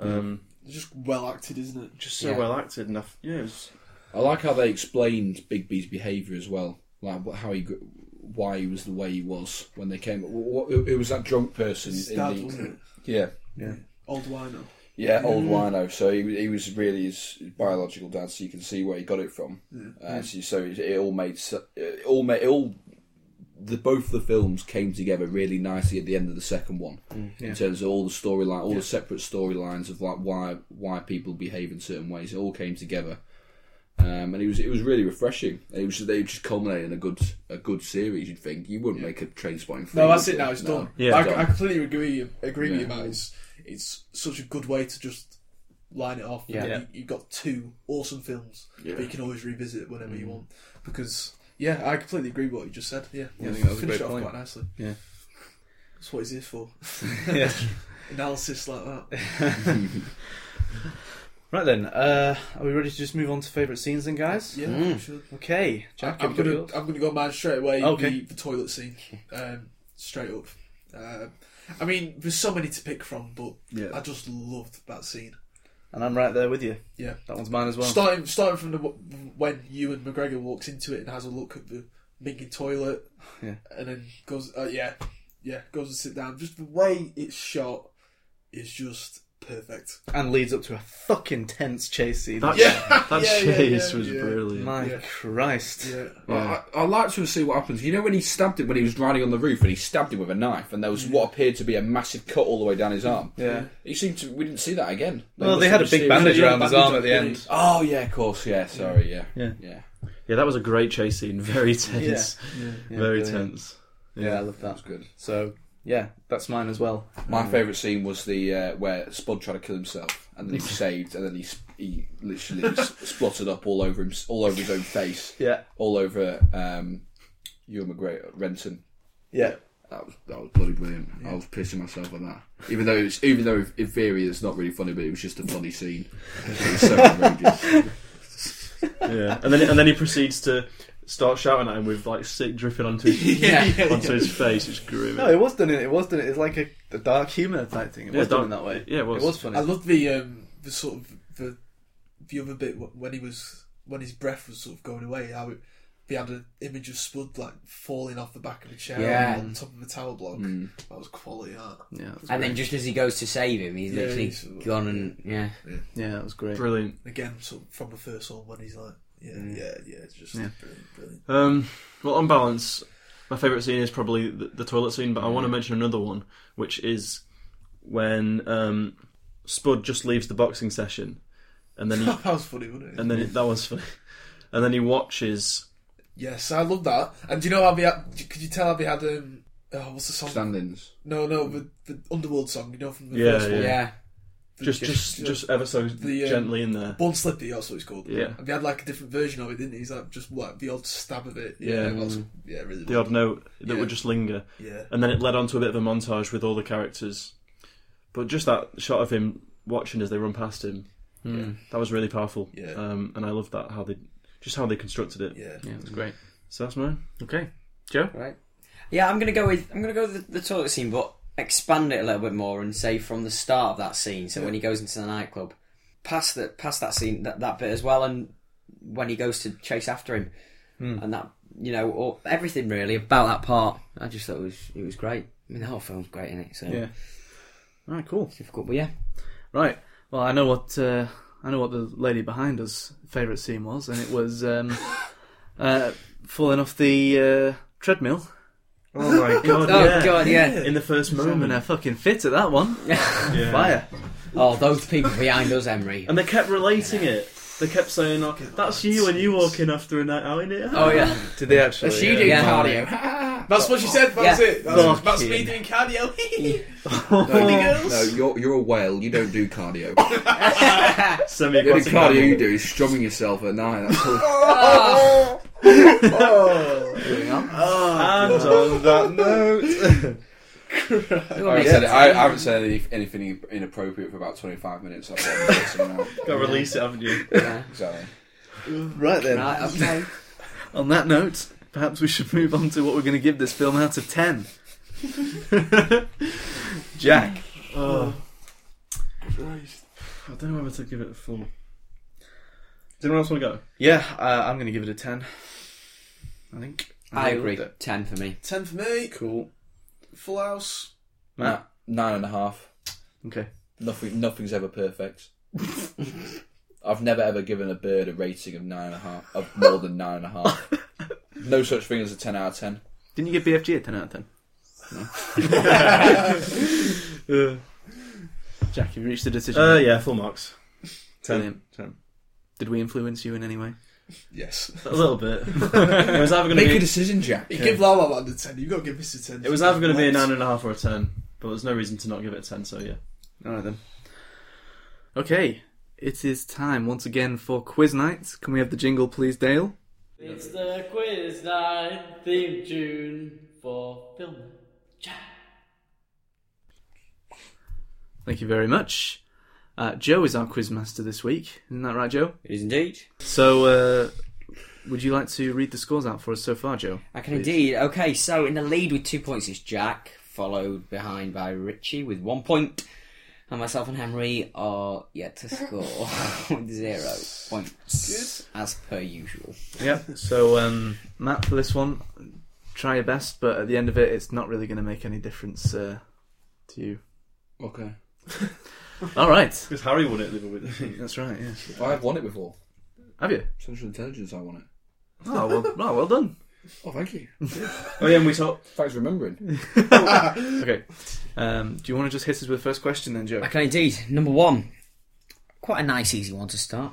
um, Just well acted, isn't it? just so Yeah. well acted. And I f- yeah, it was, I like how they explained Bigby's behaviour as well, like wh- how he, gr- why he was the way he was when they came. What, who who was that drunk person? His in dad the- wasn't it? Yeah, Old wino. yeah, old Mm-hmm. wino. So he, he was really his biological dad. So you can see where he got it from. Uh, so, so it, it all made se- it all made it all. The, both the films came together really nicely at the end of the second one, Mm, in terms of all the storyline, all the separate storylines of like why why people behave in certain ways. It all came together. Um, and it was it was really refreshing. It was they just culminated in a good a good series. You'd think you wouldn't make a train spotting. No, that's it now. It's done. Yeah, I, done. I completely agree. with you- Agree with you, Yeah. Matt. It's, it's such a good way to just line it off. Yeah. you, you've got two awesome films Yeah. that you can always revisit whenever Mm. you want. Because yeah, I completely agree with what you just said. Yeah, Yeah, I think that was a Finish great it off point. quite nicely. Yeah. that's what he's here for. Yeah. Analysis like that. Right then, uh, are we ready to just move on to favourite scenes then, guys? Yeah, we should. Okay. Mm. Jack, have I'm you got gonna yours? I'm gonna go mine straight away. Okay. The, the toilet scene, um, straight up. Uh, I mean, there's so many to pick from, but Yeah. I just loved that scene. And I'm right there with you. Yeah. That one's mine as well. Starting starting from the when Ewan McGregor walks into it and has a look at the minking toilet, Yeah. and then goes, uh, yeah, yeah, goes to sit down. Just the way it's shot is just perfect. And leads up to a fucking tense chase scene. That, that yeah, yeah, chase yeah, was yeah. brilliant. My Yeah. Christ. Yeah. Well, I, I'd like to see what happens. You know when he stabbed him when he was riding on the roof and he stabbed him with a knife and there was what appeared to be a massive cut all the way down his arm. Mm-hmm. Yeah. He seemed to. We didn't see that again. Well, they had a big bandage around his arm at the end. Oh yeah, of course. Yeah, sorry. Yeah. Yeah. Yeah. Yeah, that was a great chase scene. Very tense. Very brilliant. tense. Yeah, I love that. That's good. So, yeah, that's mine as well. My favourite scene was the uh, where Spud tried to kill himself and then he saved and then he sp- he literally s- spluttered up all over him all over his own face. Yeah. All over um, Ewan McGregor Renton. Yeah. That was that was bloody brilliant. I was pissing myself on that. Even though it's even though in theory it's not really funny, but it was just a funny scene. It was so outrageous. Yeah, and then and then he proceeds to start shouting at him with like sick dripping onto his, yeah. onto his face. It's grim. No, it was done in it was done in, it's like a, a dark humour type thing. It Yeah, was done dark- in that way. yeah, it was. funny. I loved the um, the sort of the the other bit wh- when he was when his breath was sort of going away. How it, he had an image of Spud like falling off the back of a chair Yeah. on top of a towel block. That was quality art. yeah, it was And great. then just as he goes to save him, he's Yeah, literally he's- gone and yeah. yeah, it was great. brilliant. Again, sort of from the first one when he's like, yeah, yeah, yeah, it's just brilliant, brilliant. Um, well, on balance, my favourite scene is probably the, the toilet scene, but I want to mention another one, which is when um, Spud just leaves the boxing session, and then he, that was funny, wasn't it? and then it, that was funny, and then he watches. yes, I love that. And do you know how they had? Could you tell how they had? Um, oh, what's the song? Stand-ins. No, no, the, the Underworld song. You know from the Yeah, first one. yeah. Yeah. The- Just, just, just ever so The, um, gently in there. Born Slippy, that's what it's called. Yeah. And they had like a different version of it, didn't they? He's like just like the odd stab of it. Yeah. that's- yeah, really. The odd note that Yeah. would just linger. yeah. and then it led on to a bit of a montage with all the characters. But just that shot of him watching as they run past him, yeah, that was really powerful. Yeah. Um, and I loved that how they just how they constructed it. Yeah. Yeah, it was great. So that's mine. Okay. Right. Yeah, I'm gonna go with I'm gonna go with the, the toilet scene, but expand it a little bit more and say from the start of that scene. So when he goes into the nightclub, past that past that scene that, that bit as well, and when he goes to chase after him, and that you know or everything really about that part. I just thought it was it was great. I mean, the whole film's great in it. So Yeah. All right, cool. it's difficult, but yeah, Right. Well, I know what uh, I know what the lady behind us' favourite scene was, and it was um, uh, falling off the uh, treadmill. Oh my god! oh god, yeah. In the first I'm in moment, a fucking fit at that one. yeah. Fire. Oh, those people behind us, Emery. and they kept relating it. They kept saying, oh, "That's you when you walk in after a night out in it." Oh yeah, Did they actually? uh, she did yeah. cardio. That's what she said. That's Yeah. it. That's, Fucking- that's me doing cardio. No, no, you're you're a whale. You don't do cardio. Semi The only cardio you do is strumming yourself at night. That's all. Oh. And on that note, Oh. I, haven't said it- I, I haven't said any- anything inappropriate for about 25 minutes. That's what I'm guessing now. got to release it, haven't you? Exactly. Right then. Right, okay. On that note, perhaps we should move on to what we're going to give this film out of ten. Jack. Uh. I don't know whether to give it a full. Does anyone else want to go? Yeah, uh, I'm going to give it a ten. I think. I agree. Ten for me. Ten for me. Cool. Full house. Matt. Nine and a half. Okay. Nothing. Nothing's ever perfect. I've never ever given a bird a rating of nine and a half, of more than nine and a half. No such thing as a ten out of ten. Didn't you give BFG a ten out of ten? Jack, you reached a decision. Uh, yeah, full marks. Brilliant. Ten. Did we influence you in any way? Yes. A little bit. it was either going to Make be a decision, Jack. You give La La Land a ten. You've got to give this a ten. It was either going to be a nine and a half or a ten, but there's no reason to not give it a ten. So yeah, All right then. Okay, it is time once again for quiz night. Can we have the jingle, please, Dale? It's the quiz night theme tune for film. Thank you very much. Uh, Joe is our quiz master this week, isn't that right, Joe? It is indeed. So, uh, would you like to read the scores out for us so far, Joe? I can indeed. Okay, so in the lead with two points is Jack, followed behind by Richie with one point, and myself and Henry are yet to score with zero points, as per usual. Yep. So, um, Matt, for this one, try your best, but at the end of it, it's not really going to make any difference uh, to you. Okay. All right. Because Harry won it living with it. That's right. Yeah. I've won it before. Have you? Central Intelligence, I won it. Oh well. Oh, well done. Oh, thank you. Oh yeah, and we talked. Thanks for remembering. Okay. Um, do you want to just hit us with the first question then, Joe? I can indeed. Number one. Quite a nice, easy one to start.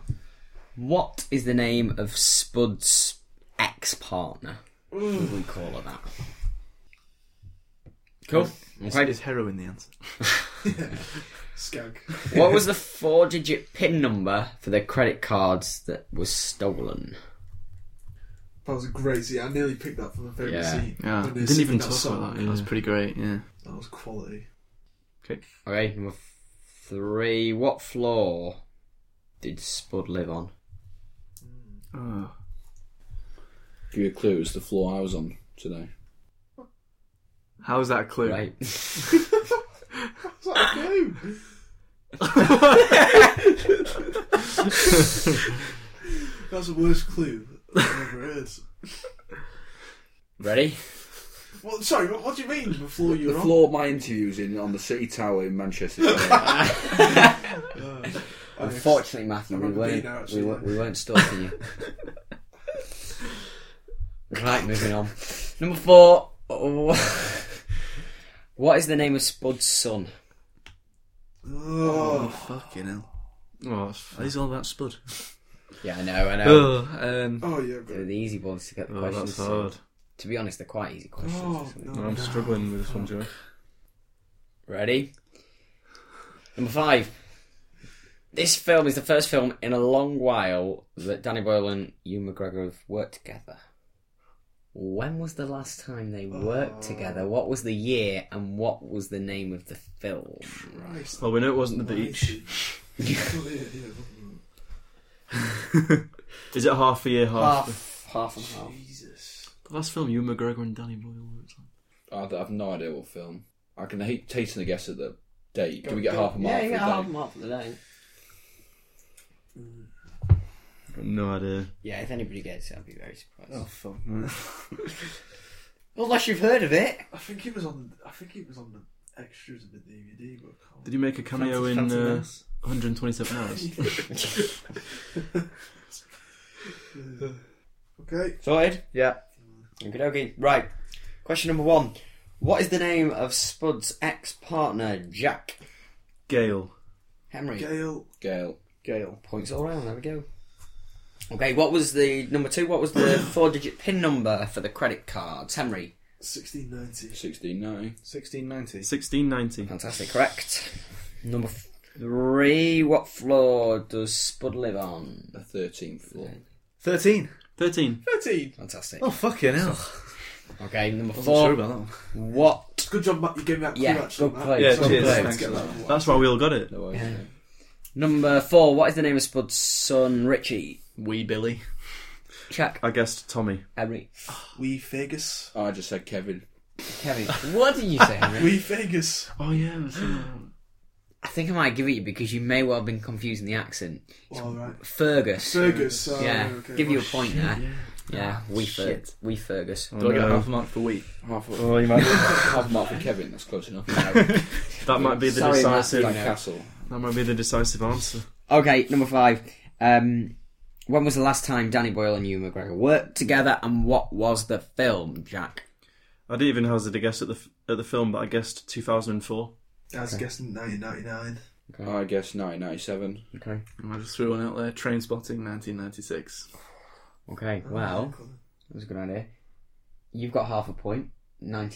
What is the name of Spud's ex partner? We call her that. Cool. Is, Okay. is heroin the answer? Skag. what was the four digit PIN number for the credit cards that was stolen? That was a great scene. I nearly picked that from my favourite Yeah. scene. Yeah. When they Didn't sing even that talk song. about that. That was pretty great. Yeah. That was quality. Okay, number f- three. What floor did Spud live on? Oh. Give you a clue. It's the floor I was on today. How is that a clue? Right. Is that a clue? That's the worst clue I've ever heard. Ready? Well, sorry, what, what do you mean? The floor you The were floor my interview was in on the City Tower in Manchester. today. on? Uh, Unfortunately, Matthew, I we remember weren't, being there, actually, we, weren't, yeah. we weren't stalking you. right, moving on. Number four. Oh, what is the name of Spud's son? oh, Oh fucking hell! Oh, it's f- Are these all about Spud? Yeah, I know, I know. Oh, um, oh, yeah, They're great. the easy ones to get the oh, questions. that's hard. To be honest, they're quite easy questions. Oh, isn't it? no. I'm struggling with this one, Joe. Ready? Number five. This film is the first film in a long while that Danny Boyle and Hugh McGregor have worked together. When was the last time they worked Oh. together? What was the year and what was the name of the film? Christ. Well, we know it wasn't the beach. Oh, yeah, yeah. Is it half a year, half? Half, half and half. Jesus. The last film, you McGregor and Danny Boyle. were it's like- I d- I've no idea what film. I can hate tasting a guess at the date. Do we get half a mark? yeah, you for get the half date? and half for the day. I've got No idea. Yeah, if anybody gets it, I'd be very surprised. Oh, fuck. Unless you've heard of it. I think it was on. I think it was on the extras of the DVD, but I can't. Did you make a cameo in Fancy uh, Mouse. 127 Hours? Okay. Sorted? Yeah. Okay, okay. Right. Question number one. What is the name of Spud's ex partner, Jack Gale. Henry? Gail. Gale. Gale. Points all round. There we go. Okay, what was the number two? What was the four digit PIN number for the credit cards? Henry. 1690. 1690. Sixteen ninety. 1690. Fantastic, correct. Number three. What floor does Spud live on? The 13th floor. Thirteen. 13. 13. Fantastic. Oh fucking hell! Okay, number I'm sure four. about that one. What? Good job, Matt. You gave me that clue, Yeah, actually. good Matt. play. Yeah, good cheers, play. Let's get that one. That's why we all got it. No worries. Yeah. Number four. What is the name of Spud's son, Richie? Wee Billy. Jack I guessed Tommy. Henry. Wee Vegas. I just said Kevin. Kevin. What did you say, Henry? Wee Vegas. Oh, yeah. that's it. I think I might give it you because you may well have been confusing the accent. All right. Fergus. Vegas. Oh, yeah, Okay. give you a Well, point there. Yeah, we Fer- we Fergus. Oh, Do I get no. half a mark for wee? Half a, Oh, you might. half a mark for Kevin. That's close enough. Like that might be the Sorry, decisive. Matthew. Castle. That might be the decisive answer. Okay, number five. Um, when was the last time Danny Boyle and Hugh McGregor worked together, and what was the film, Jack? I didn't even hazard a guess at the f- at the film, but I guessed 2004. I was guessing 1999. I guess 1997. Okay. I just threw one out there. Train Spotting, nineteen ninety six. Okay. Well, that was a good idea. Oh, You've got half a point.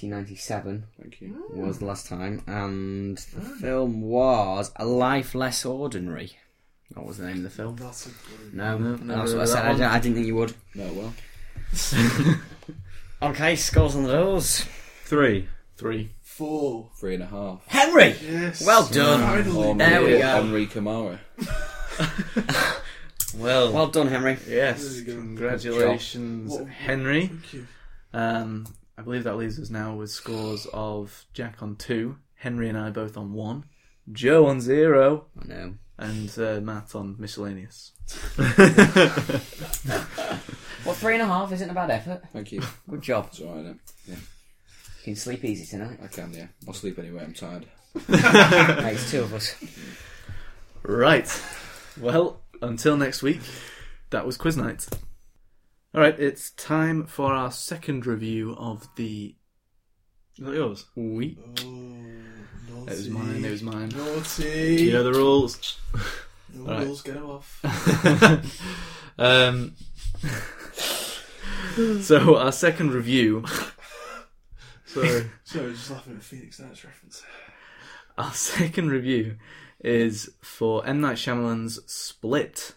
1997 Thank you. was the last time, and the film was A Life Less Ordinary. What was the name of the film? That's a good No, No, never that's heard what I of said. that I, one. di- I didn't think you would. No, well. Okay, scores on the doors. Three. Three. Four. Three and a half. Henry, Yes. well done. Finally. Oh, There we yeah, go. Henri Kamara. Well, Well done, Henry. yes. There you go. Congratulations, Good job. Henry. Thank you. Um, I believe that leaves us now with scores of Jack on two, Henry and I both on one, Joe on zero, I know. and uh, Matt on miscellaneous. Well, three and a half isn't a bad effort. Thank you. Good job. It's alright then. You can sleep easy tonight. I can, yeah. I'll sleep anyway, I'm tired. Mate, it's two of us. Right. Well, until next week, that was quiz night. All right, it's time for our second review of the Is that yours? week. naughty. It was mine. It was mine. Naughty. You know the rules. the Right. rules get 'em off. um, so our second review, Sorry. Sorry, I was just laughing at Phoenix Knights reference. our second review is for M Night Shyamalan's Split.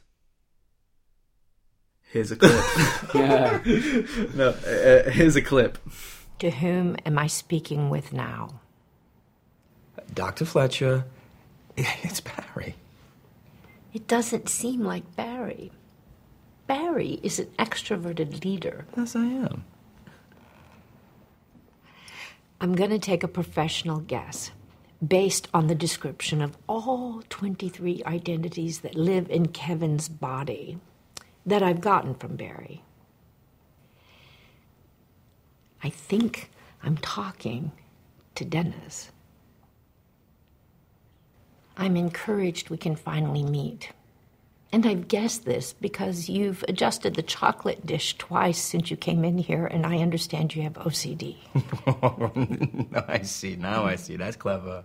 Here's a clip. Yeah. no, uh, here's a clip. To whom am I speaking with now? Dr. Fletcher, it's Barry. It doesn't seem like Barry. Barry is an extroverted leader. Yes, I am. I'm going to take a professional guess based on the description of all 23 identities that live in Kevin's body that I've gotten from Barry. I think I'm talking to Dennis. I'm encouraged we can finally meet. And I've guessed this because you've adjusted the chocolate dish twice since you came in here, and I understand you have OCD. no, I see. Now I see. That's clever.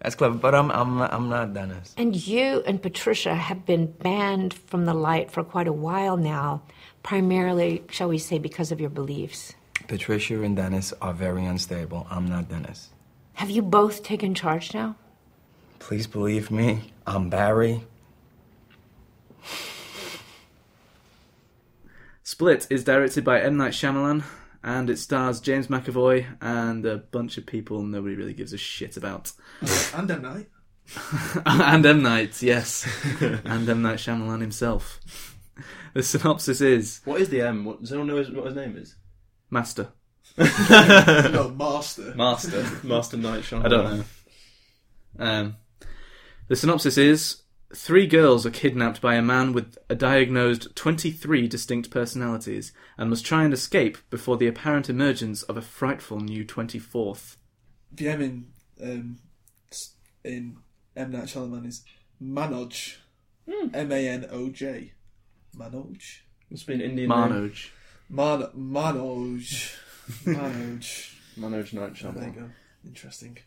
That's clever. But I'm I'm not, I'm not Dennis. And you and Patricia have been banned from the light for quite a while now, primarily, shall we say, because of your beliefs. Patricia and Dennis are very unstable. I'm not Dennis. Have you both taken charge now? Please believe me. I'm Barry. Split is directed by M. Night Shyamalan and it stars James McAvoy and a bunch of people nobody really gives a shit about. And M Night. and M. Night, yes. and M. Night Shyamalan himself. The synopsis is What is the M? What, does anyone know his, what his name is? Master. no, Master. Master. Master Knight Sean. I don't know. Um, the synopsis is three girls are kidnapped by a man with a diagnosed 23 distinct personalities and must try and escape before the apparent emergence of a frightful new 24th. The M in, um, s- in M Night Shyamalan is Manoj. M A N O J. Manoj. Must be an Indian name. Manoj. Man- Manoj. Manoj. Manoj Knight Shyamalan. there you go. Interesting.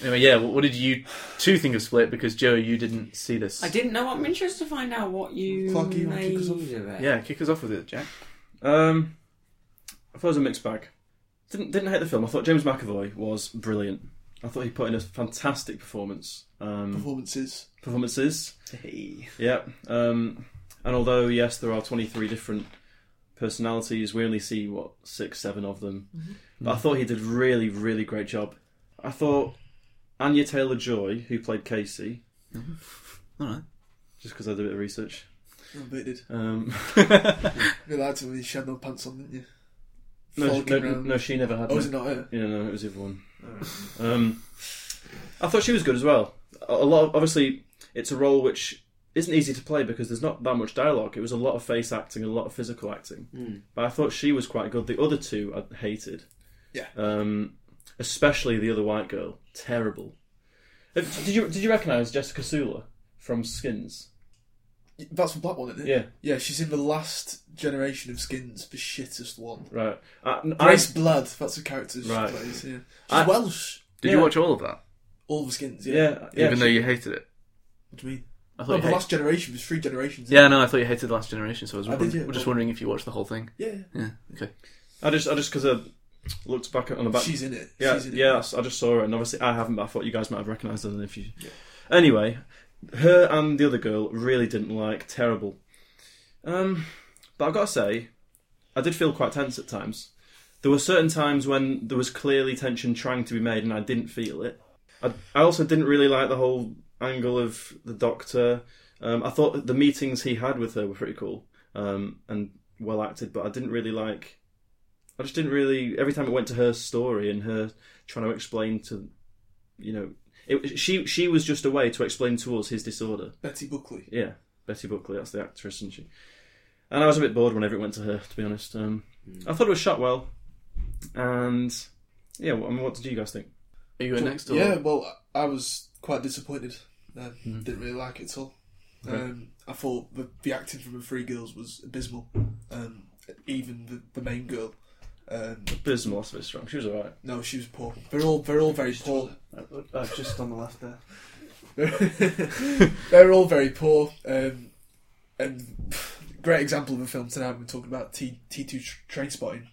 Anyway, yeah, what, what did you two think of Split? Because Joe, you didn't see this. I didn't know. I'm interested to find out what you Clarky, you wanna made kick us of off? it. Yeah, kick us off with it, Jack. Um, I thought it was a mixed bag. Didn't didn't hate the film. I thought James McAvoy was brilliant. I thought he put in a fantastic performance. Um, Performances. performances. Hey. Yeah. Um, and although yes, there are twenty three different personalities, we only see what six, seven of them. But I thought he did really, really great job. I thought Anya Taylor Joy, who played Casey, Alright. just because I did a bit of research. Oh, but it did. Um, You lied to me. She had no pants on, didn't you? no, Folking no, around. no, she never had. Oh, no- is it not her? Yeah, no, it was the other one. Um, I thought she was good as well. A a lot, of, obviously, it's a role which isn't easy to play because there's not that much dialogue. It was a lot of face acting and a lot of physical acting. But I thought she was quite good. The other two I hated. Yeah. Um, especially the other white girl, terrible. Uh, Did you did you recognise Jessica Sula from Skins? That's the black one, isn't it? Yeah. Yeah, she's in the last generation of skins, the shittest one. Right. I, I- Grace Blood, that's the character she Right. plays, yeah. She's I- Welsh. Did Yeah. you watch all of that? All the skins, yeah. yeah, yeah, Even though you hated it? What do you mean? I thought No, you the hated last generation was three generations. Yeah, no, I thought you hated The Last Generation, so I was I did, wondering- yeah. just wondering if you watched the whole thing. Yeah. Yeah, okay. I just I just because I looked back on the back. She's in it. Yeah, She's in it. yeah, I s- I just saw it, and obviously I haven't, but I thought you guys might have recognised her. If you, anyway, her and the other girl really didn't like terrible. Um, but I've got to say, I did feel quite tense at times. There were certain times when there was clearly tension trying to be made, and I didn't feel it. I, I also didn't really like the whole angle of the doctor. Um, I thought the meetings he had with her were pretty cool um, and well acted, but I didn't really like. I just didn't really. Every time it went to her story and her trying to explain to, you know, it, she she was just a way to explain to us his disorder. Betty Buckley. Yeah, Betty Buckley, that's the actress, isn't she? And I was a bit bored whenever it went to her, to be honest. Um, I thought it was shot well, and yeah. wh- I mean, what did you guys think? Are you going next? Or? Yeah, well, I was quite disappointed. I Hmm. didn't really like it at all. Um, I thought the, the acting from the three girls was abysmal. Um, even the, the main girl. Um, abysmal, that's a bit strong. She was alright. No, she was poor. They're all they're all very poor. Uh, just on the left there. they're all very poor. Um, and great example of a film tonight. We're talking about T T two train spotting.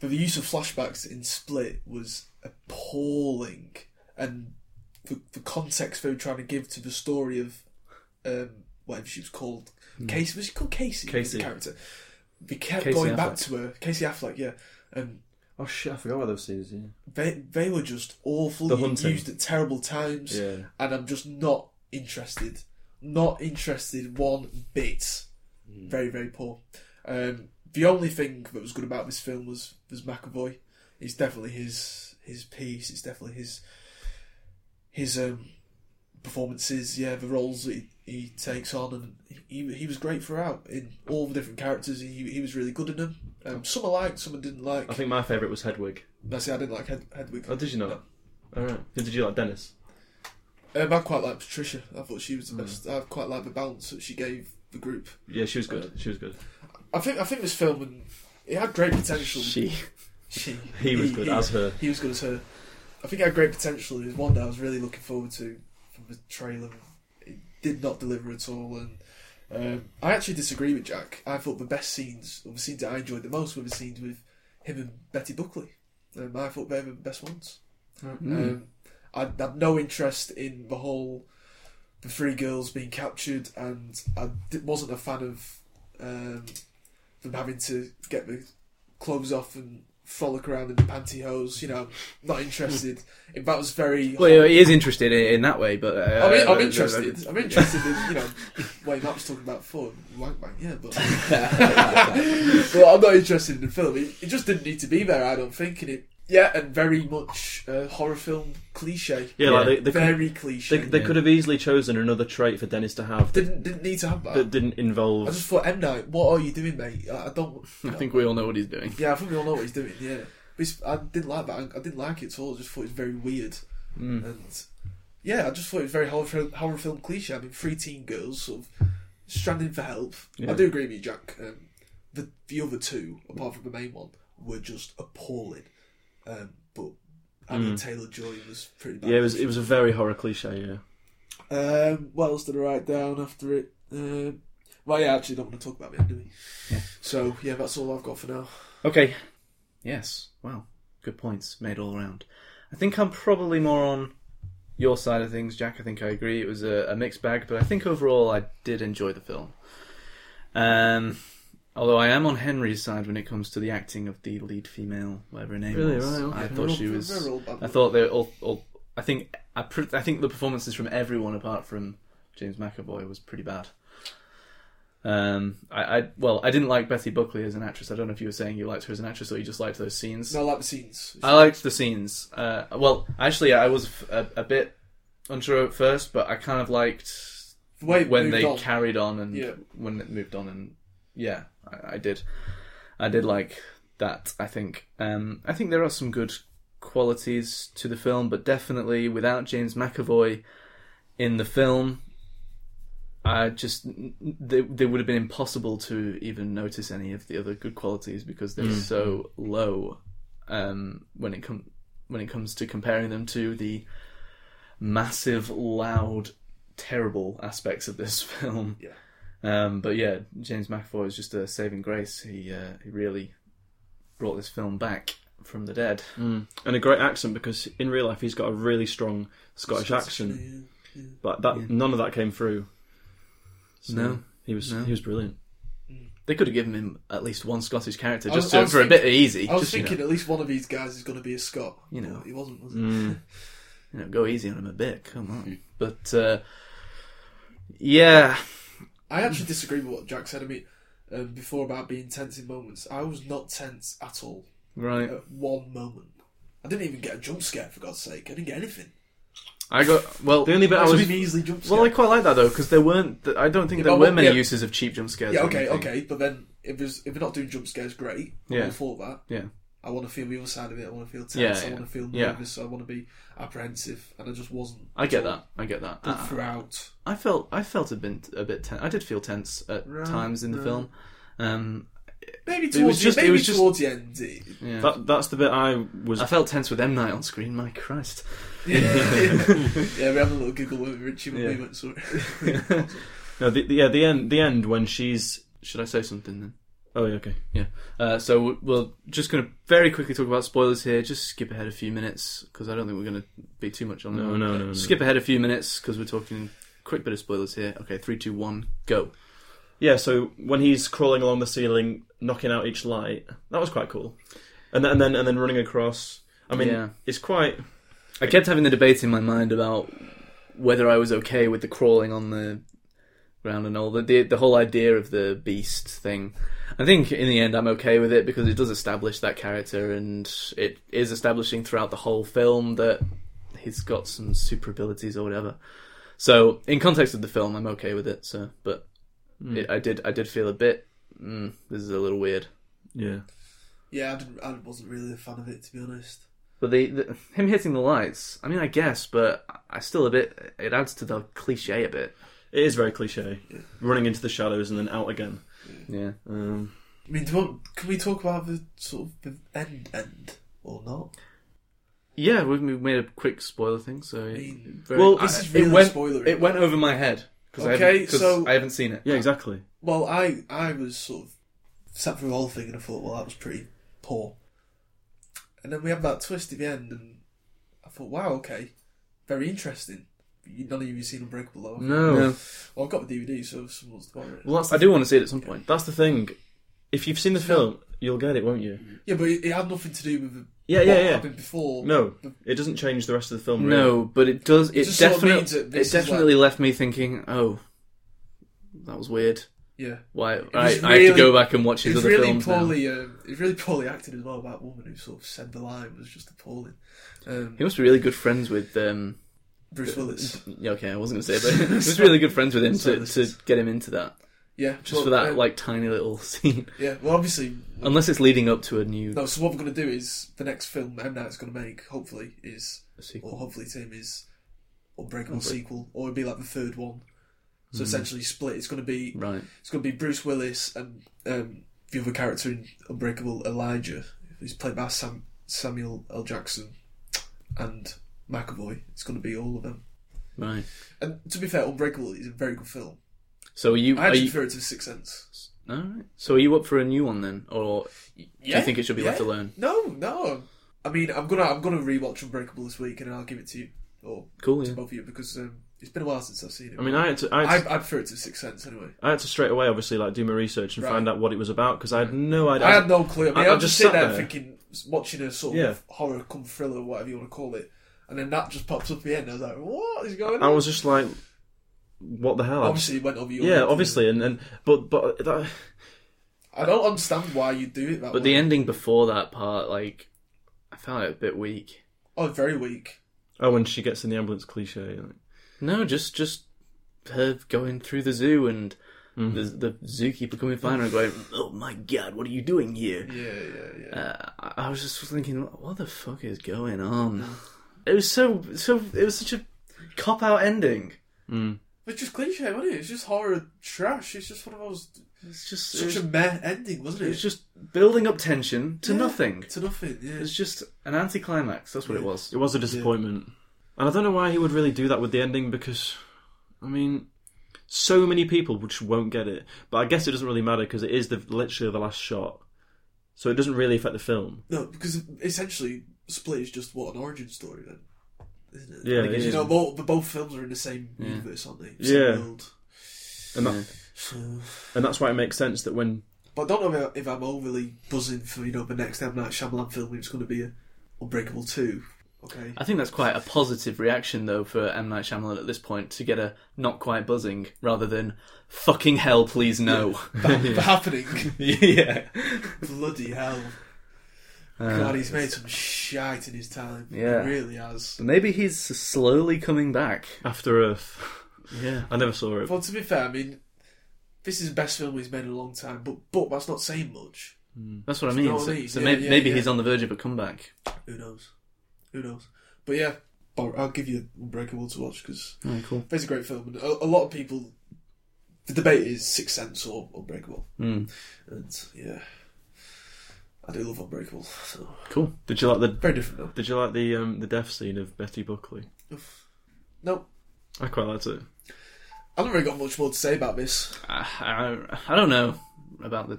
But the use of flashbacks in Split was appalling, and the, the context they were trying to give to the story of um, whatever she was called, Casey was she called Casey? Hmm. Casey. the character. We kept Casey going back Affleck. to her, Casey Affleck, yeah, and Oh shit! I forgot about those scenes. Yeah. they they were just awful. The u- hunting. used at terrible times, Yeah. and I'm just not interested. Not interested one bit. Hmm. Very very poor. Um, the only thing that was good about this film was was McAvoy. It's definitely his his piece. It's definitely his his um, performances. Yeah, the roles that he, he takes on, and he, he he was great throughout in all the different characters. He he was really good in them. Um, some I liked, some I didn't like. I think my favourite was Hedwig. That's it. I didn't like Hed- Hedwig. Oh, did you know? that? All right. Who Did you like Dennis? Um, I quite like Patricia. I thought she was the best. I quite like the balance that she gave the group. Yeah, she was good. She was good. I think I think this film and it had great potential. She. she, He was good as her. He was good as her. I think it had great potential. It was one that I was really looking forward to from the trailer. It did not deliver at all, and um, I actually disagree with Jack. I thought the best scenes, or the scenes that I enjoyed the most, were the scenes with him and Betty Buckley. Um, I thought they were the best ones. Hmm. Um, I had no interest in the whole the three girls being captured, and I di- wasn't a fan of um, them having to get the clothes off and frolic around in the pantyhose. You know, not interested. If that was very. Well, yeah, he is interested in, in that way, but uh, I'm, in- uh, I'm interested. I'm interested in you know. Wait, that was talking about film. Wank bang, yeah, but well, I'm not interested in the film. It, it just didn't need to be there. I don't think, and it yeah, and very much uh, horror film cliche. Yeah, like they, they very could, cliche. They, they could have easily chosen another trait for Dennis to have that, didn't didn't need to have that. that didn't involve. I just thought, M Night, what are you doing, mate? I, I don't. I think we all know what he's doing. Yeah, I think we all know what he's doing. Yeah, but it's, I didn't like that. I, I didn't like it at all. I just thought it was very weird. Hmm. Mm. And yeah, I just thought it was very horror, film- horror film cliche. I mean, three teen girls sort of stranding for help. Yeah. I do agree with you, Jack. Um, the the other two, apart from the main one, were just appalling. Um, but I mean, Mm. Taylor Joy was pretty bad. yeah, it was it was a very horror cliche. Yeah. Um, what else did I write down after it? Um, well, yeah, I actually don't want to talk about the end, do we? So, yeah, that's all I've got for now. Okay. Yes. Wow. Good points made all around. I think I'm probably more on your side of things, Jack. I think I agree. It was a, a mixed bag, but I think overall I did enjoy the film. Um, although I am on Henry's side when it comes to the acting of the lead female, whatever her name Really? was. Right, okay. I thought she They're all- was. they're all bad. I thought they all. all I think I, pr- I think the performances from everyone apart from James McAvoy was pretty bad. Um, I, I well, I didn't like Bethy Buckley as an actress. I don't know if you were saying you liked her as an actress or you just liked those scenes. No, I like the scenes. I liked the scenes. Uh, well, actually, I was f- a, a bit unsure at first, but I kind of liked The way it when moved they on. carried on and Yeah. when it moved on, and yeah, I, I did. I did like that. I think. Um, I think there are some good qualities to the film, but definitely without James McAvoy in the film, I just they they would have been impossible to even notice any of the other good qualities because they're Mm. so low um, when it com- when it comes to comparing them to the massive, loud, terrible aspects of this film. Yeah. Um, but yeah, James McAvoy is just a saving grace. He uh, he really brought this film back from the dead. Mm. And a great accent because in real life he's got a really strong Scottish Scottish, accent, yeah, yeah. but that none of that came through. So No, he was no. he was brilliant. They could have given him at least one Scottish character I was- just I to, was for thinking- a bit easy. I was just, you know. thinking at least one of these guys is going to be a Scot. You know. But he wasn't, was he? Mm. you know, go easy on him a bit. Come on. But uh, yeah, I actually disagree with what Jack said. I mean, um, before about being tense in moments, I was not tense at all. right. At one moment, I didn't even get a jump scare. For God's sake, I didn't get anything. I got well. The only bit I That's was an easily jump Well, I quite like that though because there weren't. th- I don't think Yeah, there but were what- many yeah. uses of cheap jump scares. Yeah, or okay, anything. okay, but then if there's if we're not doing jump scares, great. Yeah. I'm all for that. Yeah. I want to feel the other side of it. I want to feel tense. Yeah, I yeah. want to feel Yeah. nervous. I want to be apprehensive, and I just wasn't. I get at all. that. I get that. But Uh, throughout, I felt I felt a bit a bit. Ten- I did feel tense at Right, times in the right. film. Um, maybe it towards was the, just- it maybe was just- towards the end. It, yeah. That, that's the bit I was. I felt tense with M Night on screen. My Christ. yeah, yeah, we have a little giggle with Richie when Yeah. we went to No, the, the- yeah, the end. The end when she's. Should I say something then? Oh, yeah, okay. Yeah. Uh, so we're- we're just going to very quickly talk about spoilers here. Just skip ahead a few minutes because I don't think we're going to be too much on that. No, one. no, no, no. Skip ahead a few minutes because we're talking quick bit of spoilers here. Okay, three, two, one, go. Yeah, so when he's crawling along the ceiling, knocking out each light, that was quite cool. And then and then, and then running across. I mean, Yeah. it's quite. I kept having the debate in my mind about whether I was okay with the crawling on the ground and all the the, the whole idea of the beast thing. I think in the end I'm okay with it because it does establish that character and it is establishing throughout the whole film that he's got some super abilities or whatever. So in context of the film, I'm okay with it. So, but it, I did I did feel a bit. Mm, this is a little weird. Yeah. Yeah, I, didn't, I wasn't really a fan of it to be honest. But the, the him hitting the lights. I mean, I guess, but I still a bit. It adds to the cliche a bit. It is very cliche. Running into the shadows and then out again. Yeah. Um, I mean, do you want, can we talk about the sort of the end end or not? Yeah, we've, we've made a quick spoiler thing, so mean, very- well, this is really it went spoilery. it went over my head because I, Okay, haven't- 'cause so- I haven't seen it. yeah, exactly. Well, I I was sort of sat through the whole thing and I thought, well, that was pretty poor. And then we had that twist at the end, and I thought, wow, okay, very interesting. You- None of you have seen Unbreakable, though. have you? No. Well, I've got the DVD, so if someone's borrowed it. Well, that's the, I do want to see it at some point. that's the thing. If you've seen the film, you'll get it, won't you? Yeah, but it, it had nothing to do with the, Yeah, what yeah, yeah. happened before. No, it doesn't change the rest of the film. Really. No, but it does. It just sort of definitely means that it this is definitely left me thinking. Oh, that was weird. Yeah. Why I, was I have to go really- back and watch his It was other really films now. poorly. Um, it was really poorly acted as well. That woman who sort of said the line was just appalling. Um, He must be really good friends with. Um, Bruce Willis. yeah, okay, I wasn't going to say, but he was really good friends with him to, Sorry. to get him into that. Yeah, Just well, for that um, like tiny little scene. Yeah, well, obviously, Unless it's leading up to a new No, so what we're going to do is the next film M Night's going to make, hopefully, is sequel. or hopefully Tim is Unbreakable sequel, or it'd be like the third one. So essentially, split. It's going to be Mm. Right. It's going to be Bruce Willis and um, the other character in Unbreakable, Elijah, who's played by Sam, Samuel L. Jackson and McAvoy. It's going to be all of them. Right. And to be fair, Unbreakable is a very good film. So are you? I Are actually you prefer it to The Sixth Sense. all right. So are you up for a new one then, or do Yeah, you think it should be left yeah. alone? No, no. I mean, I'm gonna I'm gonna rewatch Unbreakable this week, and I'll give it to you or Cool, to yeah. both of you because um, it's been a while since I've seen it. I mean, I had to. I I, had to, I prefer it to Sixth Sense anyway. I had to straight away, obviously, like do my research and Right. find out what it was about because I had no idea. I had no clue. I mean, I- I, I am just just sitting sat there, there. thinking, watching a sort Yeah. of horror come thriller, whatever you want to call it, and then that just pops up at the end. I was like, what is going on? I was just like, what the hell? I just- obviously it went over your yeah, head. obviously, and, and but but that, I don't understand why you do it that But way. the ending before that part, like, I found it a bit weak. oh, very weak. oh, when she gets in the ambulance, cliche. Like, No, just just her going through the zoo and Mm-hmm. the the zookeeper coming by her and going, "Oh my god, what are you doing here?" Yeah, yeah, yeah. Uh, I- I was just thinking, what the fuck is going on? It was so so. It was such a cop out ending. But just cliche, wasn't it? It's just horror trash. It's just one of those It's just it such was, a meh ending, wasn't it it? was just building up tension to nothing. to nothing. Yeah. It's just an anticlimax. That's what it was. it was a disappointment, and I don't know why he would really do that with the ending because, I mean, so many people just won't get it. But I guess it doesn't really matter because it is the literally the last shot, so it doesn't really affect the film. No, because essentially, Split is just what an origin story then, isn't it? Yeah, it you is. know, both, but both films are in the same universe, aren't they? Yeah. Same world. And that, and that's why it makes sense that when But I don't know if I'm overly buzzing for you know the next M Night Shyamalan film. It's going to be a Unbreakable two. Okay. I think that's quite a positive reaction, though, for M. Night Shyamalan at this point to get a not quite buzzing rather than fucking hell, please no. That- Happening. yeah. Bloody hell. Uh, God, Uh, he's made some shite in his time. Yeah. He really has. But maybe he's slowly coming back. After Earth. Yeah. I never saw it. Well, to be fair, I mean, this is the best film he's made in a long time, but but that's not saying much. That's what I Do you know mean. So, mean? so Yeah, maybe, yeah, maybe yeah. he's on the verge of a comeback. Who knows? Who knows? But yeah, Bor- I'll give you Unbreakable to watch because Oh, cool. it's a great film. And a, a lot of people, the debate is Sixth Sense or Unbreakable. Hmm. And yeah, I do love Unbreakable. So Cool. Did you like the very different though? Did you like the um, the death scene of Betty Buckley? Nope. I quite liked it. I haven't really got much more to say about this. I, I, I don't know about the.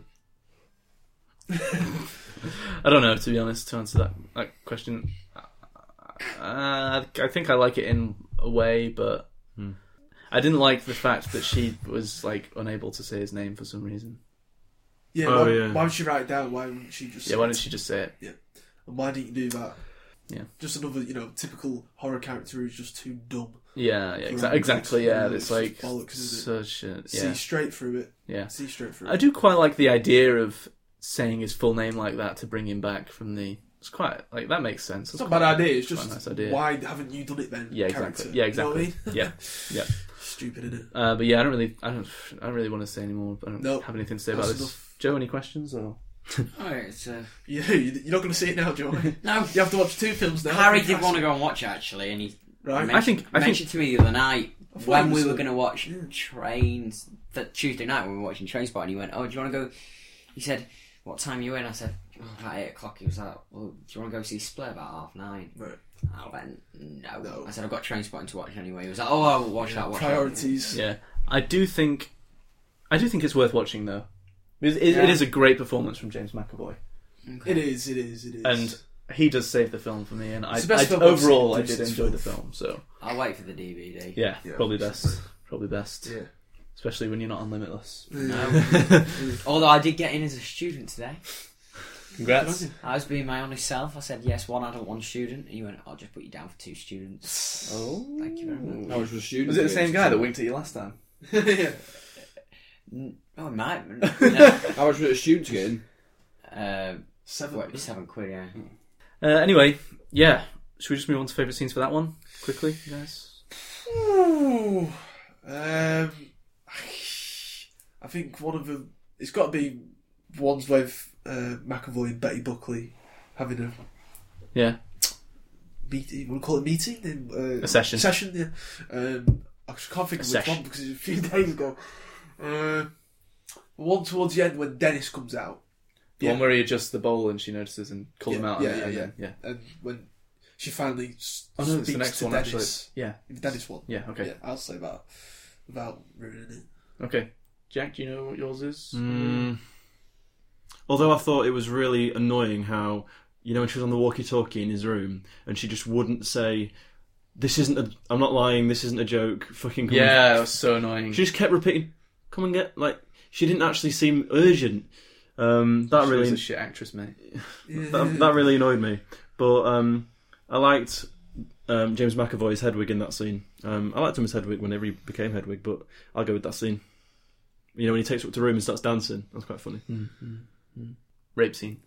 I don't know to be honest to answer that that question. Uh, I think I like it in a way, but Hmm. I didn't like the fact that she was like unable to say his name for some reason. Yeah, Oh, why, yeah. why would she write it down? Why wouldn't she just? Yeah, why didn't she just say it? And why didn't you do that? Yeah. Just another, you know, typical horror character who's just too dumb. Yeah, yeah, For exa- anything. exactly. Yeah, it's just like bollocks, is it? such a yeah. See straight through it. Yeah. See straight through I it. do quite like the idea of saying his full name like that to bring him back from the. It's quite like that makes sense. It's not a bad quite- idea. It's quite a just nice idea. why haven't you done it then? Yeah, character? exactly. Yeah, You know what I exactly. mean? yeah, yeah. Stupid, isn't it? Uh, but yeah, I don't really, I don't, I don't really want to say any more. I don't Nope. have anything to say about That's this. enough. Joe, any questions or? Alright, it's, uh, Yeah, you- you're not going to see it now, Joey. No. you have to watch two films now. Harry did want to go and watch it, actually, and he Right. mentioned, I think- I think- mentioned to me the other night thought when it was we were a- going to watch Trains that Tuesday night when we were watching Trainspot, and he went, "Oh, do you want to go?" He said, "What time are you in?" I said, oh, "About eight o'clock." He was like, "Well, do you want to go see Split about half nine? Right. I went, no. No. I said, I've got Trainspotting to watch anyway. He was like, oh, I'll watch that, watch Priorities. Yeah, I do think, I do think it's worth watching though. It, it- it Yeah. is a great performance from James McAvoy, that. Okay. It is. It is. It is. and he does save the film for me. And I, It's the I- best film I've overall, seen I did since enjoy the film. film. So I'll wait for the DVD. yeah, Yeah, probably best, exactly. probably best, Yeah. especially when you're not on Limitless. No. Although I did get in as a student today. Congrats. I was being my honest self. I said, yes, one adult, one student. And you went, I'll just put you down for two students. Oh. Thank you very much. I was a student. Was it the doing same guy that something. winked at you last time? yeah. N- Oh, it might. No. I was a student again. uh, Seven. what, seven quid, yeah. Uh, anyway, yeah. Should we just move on to favorite scenes for that one quickly, guys? Ooh. Um, I think one of them. It's got to be ones with uh, McAvoy and Betty Buckley having a Yeah. meet. You want to call it meeting? Then uh, A session. Session. Yeah. Um, I just can't think A of which session. one because it's a few days ago. Uh, one towards the end when Dennis comes out The Yeah. one where he adjusts the bowl and she notices and calls Yeah, him out. yeah, and- yeah, and yeah. then- yeah. and when she finally s- Oh no, it's speaks the next to one Dennis. actually. Yeah. The Dennis one. Yeah. Okay. Yeah, I'll say that without ruining it. Okay. Jack, do you know what yours is? Mm. Although I thought it was really annoying how you know when she was on the walkie-talkie in his room and she just wouldn't say, "This isn't a. I'm not lying. This isn't a joke. Fucking come and Yeah, it was so annoying. She just kept repeating, "Come and get." Like she didn't actually seem urgent. Um, that She was really a shit actress, mate. that, that really annoyed me. But um, I liked um, James McAvoy's Hedwig in that scene. Um, I liked him as Hedwig whenever he became Hedwig, but I'll go with that scene. You know when he takes her up to the room and starts dancing, that's quite funny. Mm-hmm. Rape scene.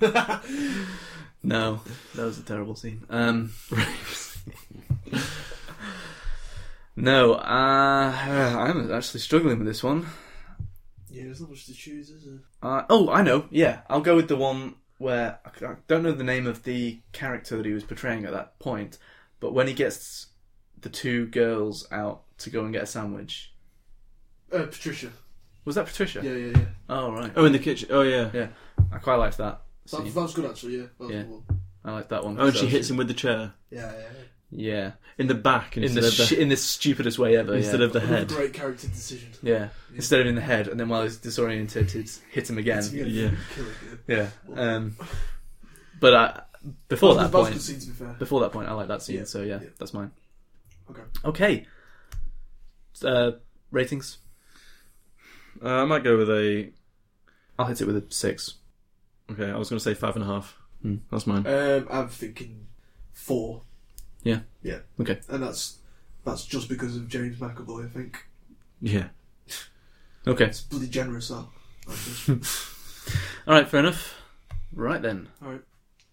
no, that was a terrible scene. Um, no, uh, I'm actually struggling with this one. Yeah, there's not much to choose, is there? Uh, oh, I know. Yeah, I'll go with the one where I c- I don't know the name of the character that he was portraying at that point, but when he gets the two girls out to go and get a sandwich, Uh, Patricia. was that Patricia? Yeah, yeah, yeah. Oh right. Oh, in the kitchen. Oh yeah. I quite liked that. That, Scene. that was good actually. Yeah. That was Yeah. good one. I liked that one. Oh, and So she hits him with the chair Yeah, yeah. Yeah, in the back in instead the, of the sh- in the stupidest way ever. instead yeah. of the yeah. head. Great character decision. yeah. instead of in the head, and then while he's disoriented, it's hit him again. It's- Yeah. Killing it. Yeah. Um, but I, before that That was point, good scene, to be fair. before that point, I like that scene. Yeah, So yeah, yeah. that's mine. Okay. Okay. Uh, ratings. Uh, I might go with a. I'll hit it with a six. Okay, I was going to say five and a half. Hmm. That's mine. Um, I'm thinking four. Yeah. Yeah. Okay. And that's that's just because of James McAvoy. I think Yeah. Okay. it's bloody generous. That. That's just- All right. Fair enough. Right then. All right.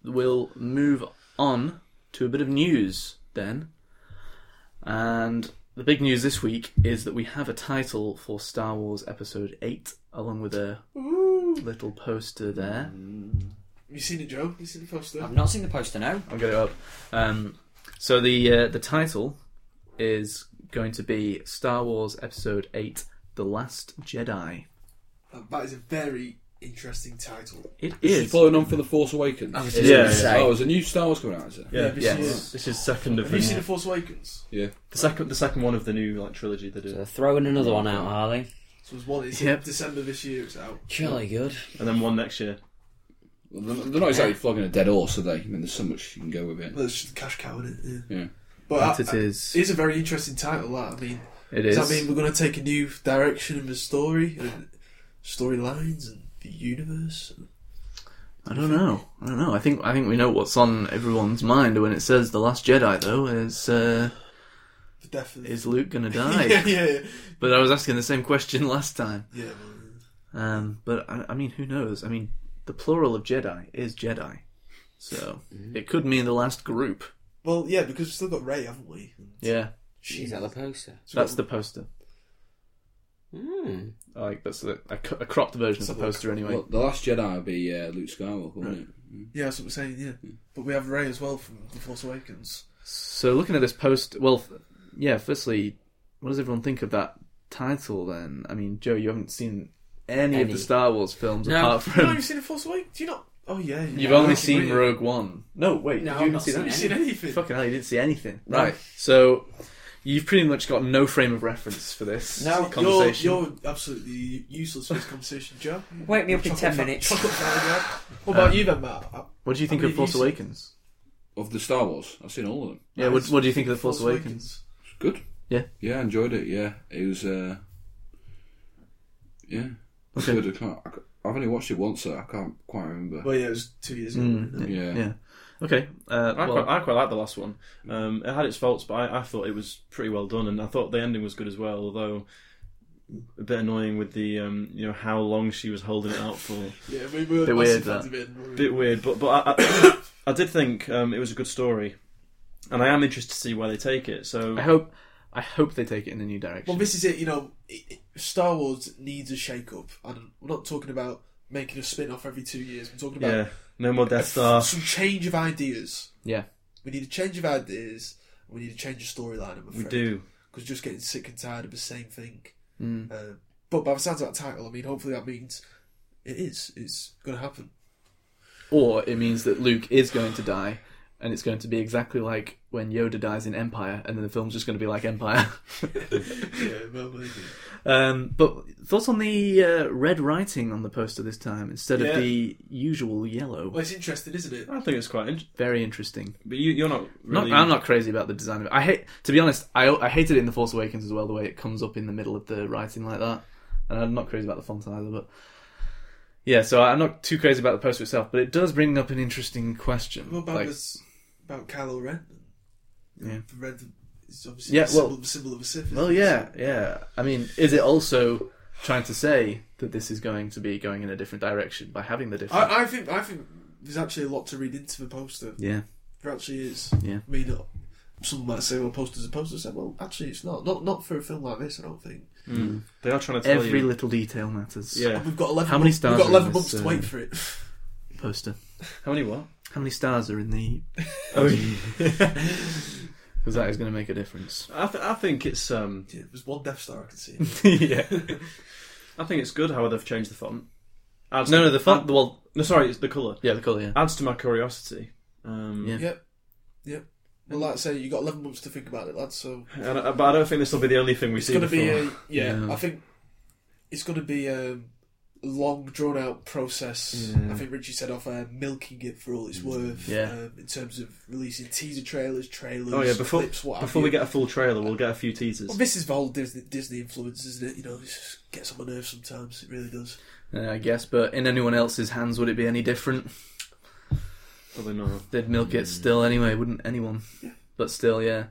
We'll move on to a bit of news then. And the big news this week is that we have a title for Star Wars Episode 8, along with a little poster there. Have you seen it, Joe? You seen the poster? Mm. I've not seen the poster, no. I'll get it up. Um, so the uh, the title is going to be Star Wars Episode 8 The Last Jedi. That is a very interesting title. It This is following on for the Force Awakens. I was just Yeah. gonna say. Oh, there's a new Star Wars coming out, is it? Yeah, this yes. is- This is second of Have you seen the, the Force Awakens? Yeah. the second the second one of the new like trilogy they did, They're throwing another one out, are they? So there's one. It's Yep. in December this year. It's out. Jolly good. and then one next year. Well, They're they're not exactly flogging a dead horse, are they? I mean, there's so much you can go with it. Well, it's just cash cow in it. Yeah. Yeah. But That it is. It's a very interesting title. That I mean, It does is. that mean we're going to take a new direction in the story and storylines and the universe? I don't know. I don't know. I think I think we know what's on everyone's mind when it says the Last Jedi, though. Is uh, The death of is Luke gonna die? yeah, yeah, yeah. But I was asking the same question last time. yeah well, Um, but I, I mean, who knows? I mean, the plural of Jedi is Jedi, so it could mean the last group. well, yeah, because we've still got Ray, haven't we? Yeah, She's at the poster. So that's the poster. Hmm. I Like that's the, a, cu- a cropped version of the poster anyway. Well, the Last Jedi will be uh, Luke Skywalker, won't it? Yeah, that's what we're saying. Yeah, but we have Ray as well from The Force Awakens. So looking at this post, well, f- yeah. Firstly, what does everyone think of that title? Then, I mean, Joe, you haven't seen any, of Any. the Star Wars films No. apart No, from you've seen The Force Awakens. Do you not? Oh yeah, yeah. You've No, only that's seen weird. Rogue One. No, wait. No, you I've didn't not see seen that. it. You've seen anything? Fucking hell, you didn't see anything. No. Right. So you've pretty much got no frame of reference for this Now you're, conversation. you're absolutely useless for this conversation, Joe. Wake me up in Chocolate 10 fa- minutes. chocolate fan, yeah. What about you then, Matt? Uh, What do you think I of mean, Force you- Awakens? Of the Star Wars, I've seen all of them. Yeah. What, what do you think of the Force, Uh, Force Awakens? Awakens. It's good. Yeah. Yeah, I enjoyed it. Yeah, it was. Uh, yeah. It's Okay. Good. I can't, I, can't- I've only watched it once, so I can't quite remember. Well, yeah, it was two years ago. Mm, wasn't it? yeah. Yeah. Okay. Uh, I, well, quite, I quite like the last one. Um, it had its faults, but I, I thought it was pretty well done, and I thought the ending was good as well. Although a bit annoying with the um, you know how long she was holding it out for. Yeah, we were Bit massive weird, that. fans of it, weren't we? bit weird, but but I, I, I did think um, it was a good story, and I am interested to see where they take it. So I hope I hope they take it in a new direction. Well, this is it. You know, it, it- Star Wars needs a shake-up, and we're not talking about making a spin-off every two years. We're talking about yeah, no more Death Star. some change of ideas. yeah. We need a change of ideas. and We need a change of storyline. I'm We afraid. do. because just getting sick and tired of the same thing. Hmm. Uh, but by the sounds of that title, I mean, hopefully that means it is. It's going to happen. Or it means that Luke is going to die. And it's going to be exactly like when Yoda dies in Empire, and then the film's just going to be like Empire. yeah, well, maybe. Um, but thoughts on the uh, red writing on the poster this time instead of Yeah. the usual yellow? Well, it's interesting, isn't it? I think it's quite. In- Very interesting. but you, you're not really. Not, I'm not crazy about the design of it. I hate, to be honest, I, I hated it in the Force Awakens as well. The way it comes up in the middle of the writing like that, and I'm not crazy about the font either. But yeah, so I'm not too crazy about the poster itself. But it does bring up an interesting question. What about Like, this, about Kylo Ren? Yeah. The red is obviously Yeah, the, symbol, well- the symbol of a Sith. isn't well, it? yeah, yeah. I mean, is it also trying to say that this is going to be going in a different direction by having the different? I, I think I think there's actually a lot to read into the poster. yeah. There actually is. Yeah. I mean, uh, some might say, well, poster's a poster. I said, well, actually, it's not. Not not for a film like this, I don't think. Hmm, Mm. They are trying to tell Every you. little detail matters. Yeah. And we've got 11 How many months- stars We've got are 11 in months this, to uh, wait for it. Poster. How many what? How many stars are in the? Oh, Because that is going to make a difference. I, th- I think it's um, Yeah, there's one Death Star I can see. yeah. I think it's good how they've changed the font. Adds No, no. The font. Well, No, sorry, it's the color. yeah, the color. Yeah. Adds to my curiosity. Um, Yeah. Yep. Yep. Well, like I say, you got 11 months to think about it, lads, so. And I, but I don't think this will be the only thing we It's see going to before. be a. Yeah, Yeah. I think it's going to be a long, drawn out process. Yeah. I think Richie said off air, milking it for all it's worth. Yeah. Um, in terms of releasing teaser trailers, trailers, oh yeah, before clips, what have before we you. get a full trailer, we'll get a few teasers. Well, this is the whole Disney, Disney influence, isn't it? You know, it just gets on my nerves sometimes. It really does. Uh, I guess, but in anyone else's hands, would it be any different? Probably not. They'd milk it still anyway, wouldn't anyone? But still, yeah.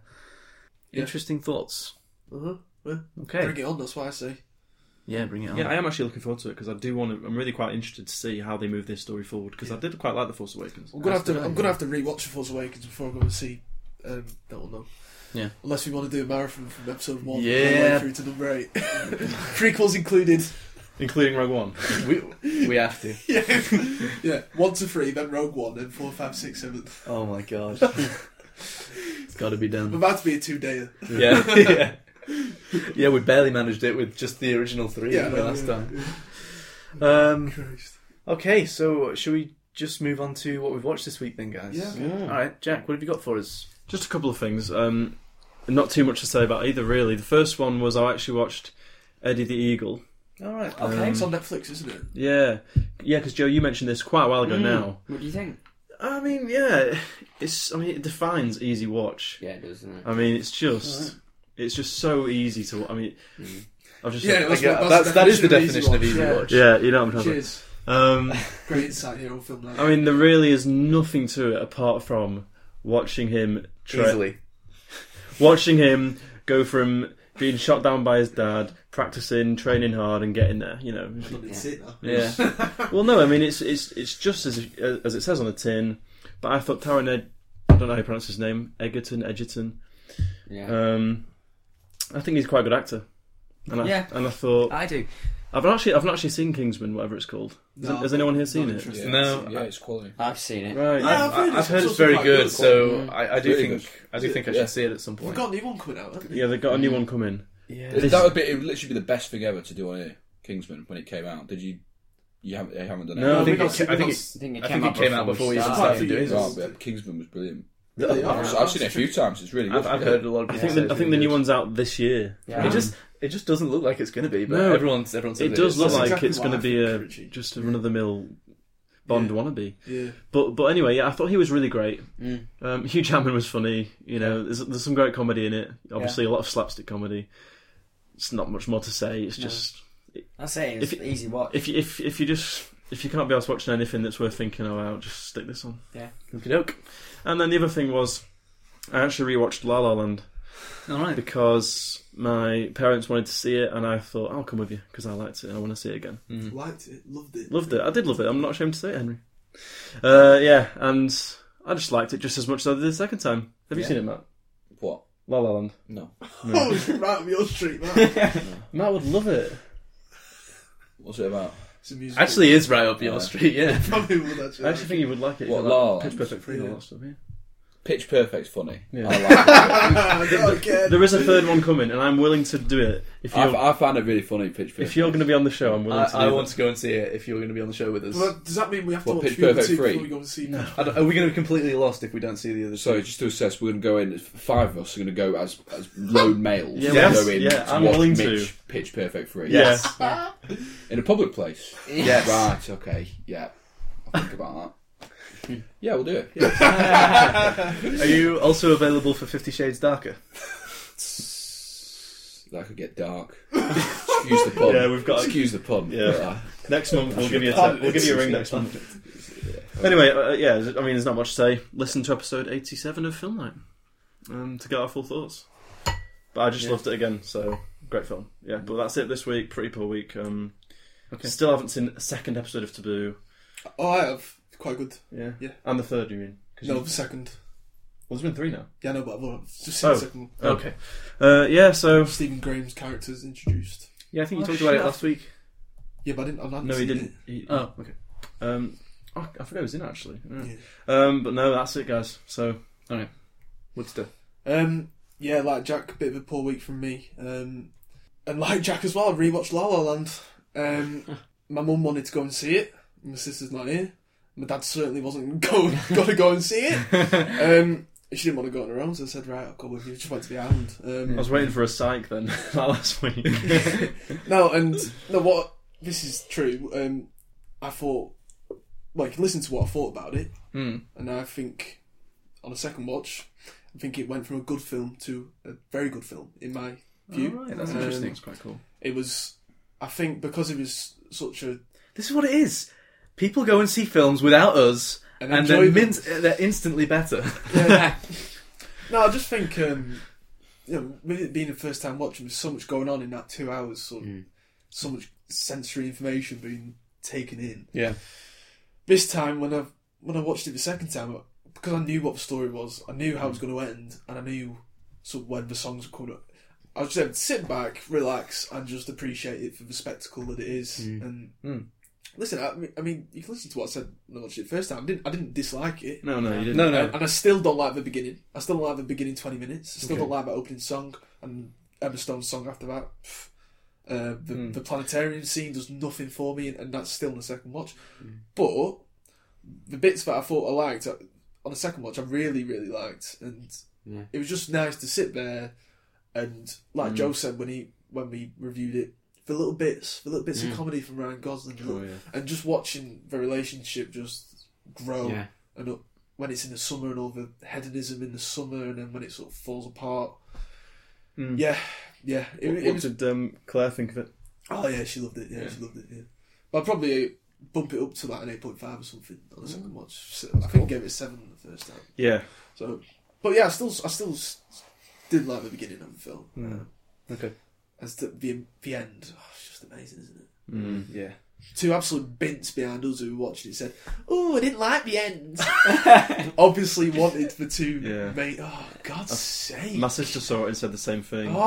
Yeah. Interesting thoughts. Uh huh. Okay. Bring it on. That's what I say. Yeah, bring it on. Yeah, I am actually looking forward to it because I do want to. I'm really quite interested to see how they move this story forward because I did quite like the Force Awakens. I'm gonna have to. I'm gonna have to rewatch the Force Awakens before I go and see. Um, that one though. Yeah. Unless we want to do a marathon from episode one all the Yeah. way through to number eight, prequels included. including Rogue One. we we have to. Yeah, yeah. One to three, then Rogue One, then four, five, six, seven. Oh my god. it's got to be We're done. about to be a two-dayer. Yeah. yeah. Yeah, we barely managed it with just the original three Yeah, didn't we, yeah, last yeah, time. Um, Christ. okay, so should we just move on to what we've watched this week then, guys? Yeah. Yeah. All Hmm. right, Jack, what have you got for us? Just a couple of things. Um, not too much to say about either, really. The first one was I actually watched Eddie the Eagle. All right. Okay, Um, it's on Netflix, isn't it? Yeah, yeah. Because Joe, you mentioned this quite a while Hmm. ago. Mm. Now, What do you think? I mean, yeah, it's. I mean, it defines easy watch. Yeah, it does, doesn't it? I mean, it's just, it's just so easy to. I mean, I've just. Yeah, that's, yeah, what- that's- that is the definition of easy easy watch. watch. yeah, Oh, you know what I'm talking Cheers. about. Um, Great insight here on film. Night. I mean, there really is nothing to it apart from watching him tra- Easily. watching him go from being shot down by his dad, practicing, training hard, and getting there. You know. It's it now. Yeah. well, no, I mean it's it's it's just as as it says on the tin, but I thought Taron Ed, I don't know how you pronounce his name, Egerton, Edgerton. Yeah. Um, I think he's quite a good actor. And I, Yeah. And I thought I do. I've actually I've not actually seen Kingsman, whatever it's called. Has, No, has anyone here seen not it? interested. No, Yeah, it's quality. I've seen it. Right. Yeah, I've heard I, it's- have heard it's it's very also quite good, good, so I, I do Really think good. I do think I Yeah. should see it at some We've point. Mm. got a new one coming out. haven't we? Yeah, they've got a new one coming. That would be. It would literally be the best thing ever to do on here, Kingsman, when it came out. Did you? You haven't. You haven't done it. No, I think we it, got- ca- I we think got- it, I think it I came think out it came out before before you we even started. started doing Oh, this. but Kingsman was brilliant. They are. I've, I've seen it a few times. It's really good. I've, I've heard a lot of I people think say the, I it's think really the new good. one's out this year. Yeah. It just it just doesn't look like it's going to be, but No. everyone's everyone says It does is. look That's like exactly it's what going I to be think, a Richie. just a run of the mill Bond Yeah. wannabe. Yeah. But but anyway, yeah, I thought he was really great. Mm. Um, Hugh Jackman was funny. You know, there's, there's some great comedy in it. Obviously, a lot of slapstick comedy. It's not much more to say. It's No. just I'll say it was If- an easy watch. if you, if if you just if you can't be asked watching anything that's worth thinking about, just stick this on. Okey-doke. And then the other thing was, I actually rewatched La La Land All right. because my parents wanted to see it, and I thought I'll come with you because I liked it. and I want to see it again. Liked it. Loved it. Loved it. I did love it. I'm not ashamed to say it, Henry. Uh, yeah, and I just liked it just as much as I did the second time. Have you Yeah. seen it, Matt? What? La La Land. No. Oh, it's right up your street, man. Matt would love it. What's it about? It's a musical. Actually, is right up your Yeah. street. Yeah. probably would actually. I actually think he would like it. What, He La La liked Land? Pitch Perfect Three and all Yeah. that stuff. Yeah. Pitch Perfect's funny. Yeah. I like it. again. There is a third one coming, and I'm willing to do it if I, you're I find it really funny. Pitch Perfect. if you're going to be on the show. I'm willing to do I, I that. want to go and see it if you're going to be on the show with us. Well, does that mean we have to What, watch Pitch Fever Perfect Two three? before we go and see? No. I don't- are we going to be completely lost if we don't see the other? so two? just to assess, we're going to go in. Five of us are going to go as as lone males. Yeah, to yes, go in yeah, to I'm watch willing Mitch Pitch Perfect three. Yes. In a public place. Yes. Right. Okay. Yeah. I'll think about that. Yeah, we'll do it. Yeah. are you also available for Fifty Shades Darker? That could get dark. Excuse the pun. Yeah, we've got- Excuse the pun. Uh, Yeah. Next month we'll give you a Pardon. te- we'll give you a ring next month. Anyway, uh, yeah, I mean, there's not much to say. Listen to episode 87 of Film Night um, to get our full thoughts. But I just loved it again, so great film. Yeah, but that's it this week. Pretty poor week. Um, Still haven't seen a second episode of Taboo. Oh, I have. Quite good. Yeah. Yeah. And the third, you mean? 'Cause No, you- the second. Well, there's been three now. Yeah, no, but I've I've just seen Oh. the second one. Okay. Uh, yeah, so. Stephen Graham's character is introduced. Yeah, I think you Oh, talked about shit. it last week. Yeah, but I didn't. I hadn't No, he seen didn't. It. He, Oh, okay. um, oh, I forgot he was in, actually. Yeah. Yeah. Um, but no, that's it, guys. So, What stuff? Um, yeah, like Jack, a bit of a poor week from me. Um, and like Jack as well, I rewatched La La Land. Um, my mum wanted to go and see it. My sister's not here. My dad certainly wasn't going to go and see it. Um, she didn't want to go on her own, so I said, "Right, I'll go with you." Just went to the island. Um, I was waiting for a psych then, like last week. No, and no, what this is true. Um, I thought, well, you can listen to what I thought about it, Hmm. and I think on a second watch, I think it went from a good film to a very good film in my view. that's Um, interesting. It's It was, I think, because it was such a This is what it is. People go and see films without us, an and they're, enjoyment- min- they're instantly better. Yeah. no, I just Mm. think um, you know, with it being a first time watch, there was so much going on in that two hours. So so much sensory information being taken in. Yeah. This time when I when I watched it the second time, because I knew what the story was, I knew Mm. how it was going to end, and I knew sort of when the songs were coming up. I was just able to sit back, relax, and just appreciate it for the spectacle that it is. Mm. And Mm. listen, I mean, I mean, you can listen to what I said when I watched it the first time. I didn't, I didn't dislike it. No, no, you didn't. No, No, no. no. And, and I still don't like the beginning. I still don't like the beginning twenty minutes. I still Okay. don't like that opening song and Emma Stone's song after that. Pff. Uh, the, the planetarium scene does nothing for me, and, and that's still on the second watch. But the bits that I thought I liked uh, on the second watch, I really, really liked, and Yeah. it was just nice to sit there and, like Mm. Joe said when he when we reviewed it, the little bits, the little bits Mm. of comedy from Ryan Gosling, Oh, yeah. and just watching the relationship just grow, Yeah. and up, when it's in the summer and all the hedonism in the summer, and then when it sort of falls apart. Mm. Yeah, yeah. It, what it what was did um, Claire think of it? Oh yeah, she loved it. Yeah, she loved it. Yeah, but I'd probably bump it up to like an eight point five or something on the Mm. second watch. So I think I gave it a seven on the first time. Yeah. So, but yeah, I still, I still s- did like the beginning of the film. Um, Yeah. Hmm. Okay. As to the the end, oh, it's just amazing, isn't it? Mm, yeah. Two absolute bints behind us who watched it said, "Oh, I didn't like the end." Obviously wanted the two. Yeah. Mate, oh God's sake! My sister saw it and said the same thing. Oh,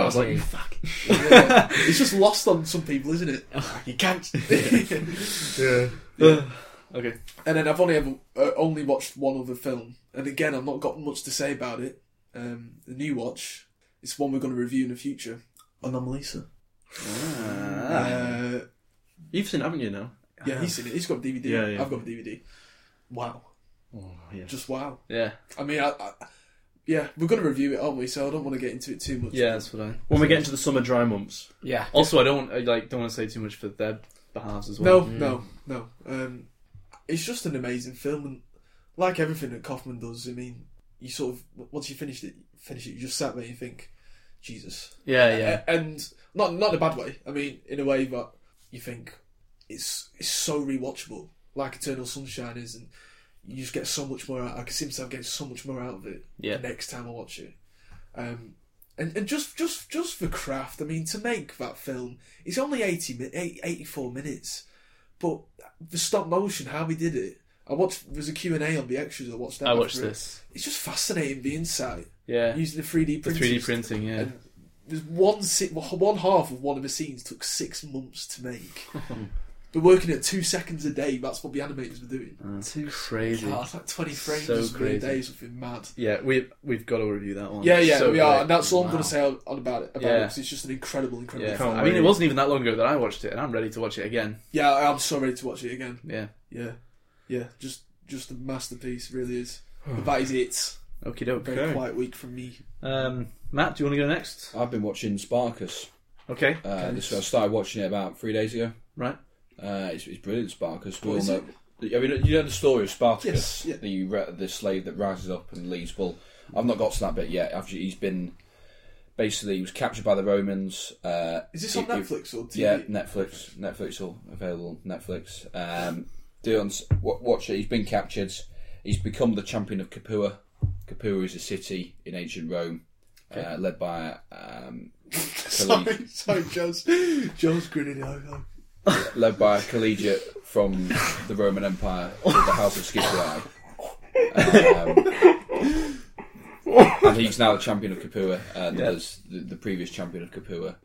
I was like, fuck. Yeah. It's just lost on some people, isn't it? you can't. yeah. Yeah. Okay. And then I've only ever uh, only watched one other film, and again I've not got much to say about it. Um, the new watch, it's one we're going to review in the future. Anomalisa. Uh, Ah. You've seen, it, haven't you? Now. yeah, he's seen it. He's got a DVD. Yeah, yeah. I've got a DVD. Wow. Oh, yeah. Just wow. Yeah. I mean, I, I, yeah, we're going to review it, aren't we? So I don't want to get into it too much. Yeah, that's what I. When we get into the summer dry months. Yeah. Also, I don't I, like don't want to say too much for their behalves as No, well. no, no. Um, it's just an amazing film, and like everything that Kaufman does, I mean, you sort of w- once you finished it, finish it, you just sat there and you think, Jesus, Yeah, yeah. A- and not not in a bad way. I mean, in a way that you think it's it's so rewatchable, like Eternal Sunshine is, and you just get so much more out. I can see myself getting so much more out of it Yeah. the next time I watch it. Um, and, and just just just for craft, I mean, to make that film, it's only 80, mi- eight- 84 minutes, but the stop motion, how we did it. I watched. There was a Q and A on the extras. I watched that. I watched after it. this. It's just fascinating the insight. Yeah. Using the three D The 3D printing, yeah. there's one si- one half of one of the scenes took six months to make. We're working at two seconds a day. That's what the animators were doing. Too Ah, crazy. God, like 20 frames so per crazy. day is something mad. Yeah, we we've got to review that one. Yeah, yeah, So we are, great. and that's all I'm going Wow. to say on, on about it. About Yeah. it 'cause it's just an incredible, incredible. Yeah. film. I mean, it wasn't even that long ago that I watched it, and I'm ready to watch it again. Yeah, I- I'm so ready to watch it again. Yeah. yeah, yeah. Just, just a masterpiece, really is. but that is it. Okie doke. Very Okay. quiet week from me. Um, Matt, do you want to go next? I've been watching Sparkus. Okay. Uh, this- I started watching it about three days ago. Right. Uh, it's, it's brilliant, Sparkus. We What all is know. I mean, you know the story of Yes, Spartacus, yeah. the, ra- the slave that rises up and leads. Well, I've not got to that bit yet. I've, ju- he's been basically he was captured by the Romans. Uh, Is this he- on he- Netflix or TV? Yeah, Netflix. Netflix all available. on Netflix. Um, do it on s- wa- watch it. He's been captured. He's become the champion of Capua. Capua is a city in ancient Rome, uh, led by um, collegiate- sorry, sorry, Joe's, Joe's grinning. I, I, led by a collegiate from the Roman Empire, the House of Scipio. Um, and he's now the champion of Capua, and Yeah. there's the, the previous champion of Capua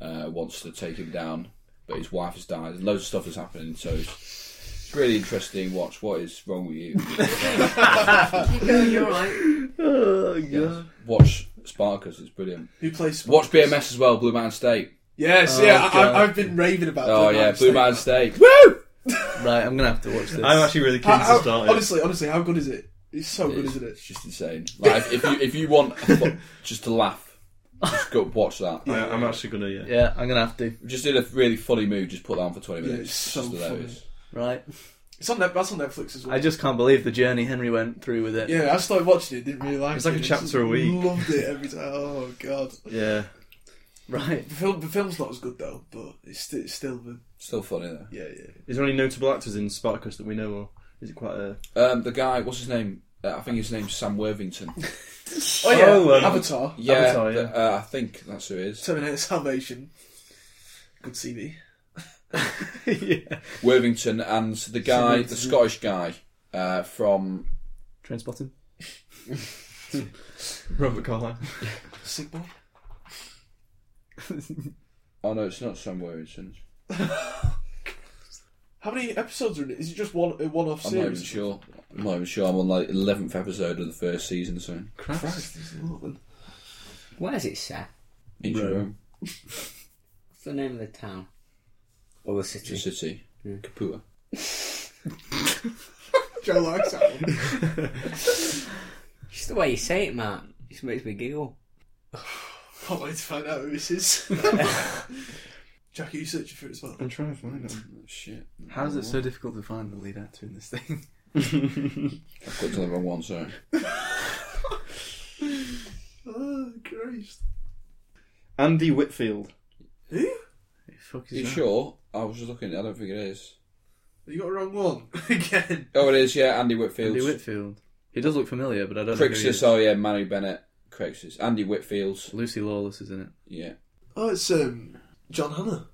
uh, wants to take him down, but his wife has died, and loads of stuff is happening. So it's, it's really interesting. Watch what is wrong with you? Keep going, you're alright. Oh, Yes. Watch Sparkus, it's brilliant. Who plays Sparkus? Watch BMS as well, Blue Man State. Yes, yeah, I, I, I've been raving about. Oh Blue yeah, Man Blue State. Man State. Woo! Right, I'm gonna have to watch this. I'm actually really keen How- how- to start it. honestly, honestly, how good is it? It's so good, isn't it? It's just insane. Like if you if you want just to laugh, just go watch that. I, I'm actually gonna yeah. Yeah, I'm gonna have to. Just in a really funny mood, just put that on for twenty minutes. Yeah, it's so just hilarious. Right. It's on Net- that's on Netflix as well. I just can't believe the journey Henry went throrough with it. yeah, I started watching it, didn't really like it. It's like a I chapter just a week. Loved it every time. Oh god. Yeah. Right. The film, the film's not as good though, but it's, sti- it's still the Still funny though. yeah, yeah. Is there any notable actors in Spartacus that we know, or is it quite a? Um, the guy, what's his name? Uh, I think his name's Sam Worthington. Oh yeah, um, Avatar, Yeah, Avatar, th- Uh, I think that's who it is. Terminator Salvation. Good CV. Worthington and the guy, the Worthington. Scottish guy uh, from Trainspotting. Robert Carlyle. Sick boy. Oh no, it's not Sam Worthington. How many episodes are in it? Is it just one a one off I'm not even series? sure. I'm not even sure. I'm on like eleventh episode of the first season, so Christ, he's loving. Where's it set? each your own. What's the name of the town? Or the city? It's a city. Kapua. Joe likes that one. Just the way you say it, Matt. Just makes me giggle. Can't wait to find out who this is. Jack, are you searching for it as well? I'm trying to find him. Shit. How is it so difficult to find the lead actor in this thing? I've clicked on the wrong one, sorry. Oh, Christ. Andy Whitfield. Who? Fuck you sure? I was just looking. I don't think it is. You got the wrong one again. Oh, it is. Yeah, Andy Whitfield. Andy Whitfield. He does look familiar, but I don't know. Who he Crixus. is. Oh yeah, Manu Bennett. Crixus. Andy Whitfield. Lucy Lawless is in it. Yeah. Oh, it's um John Hannah.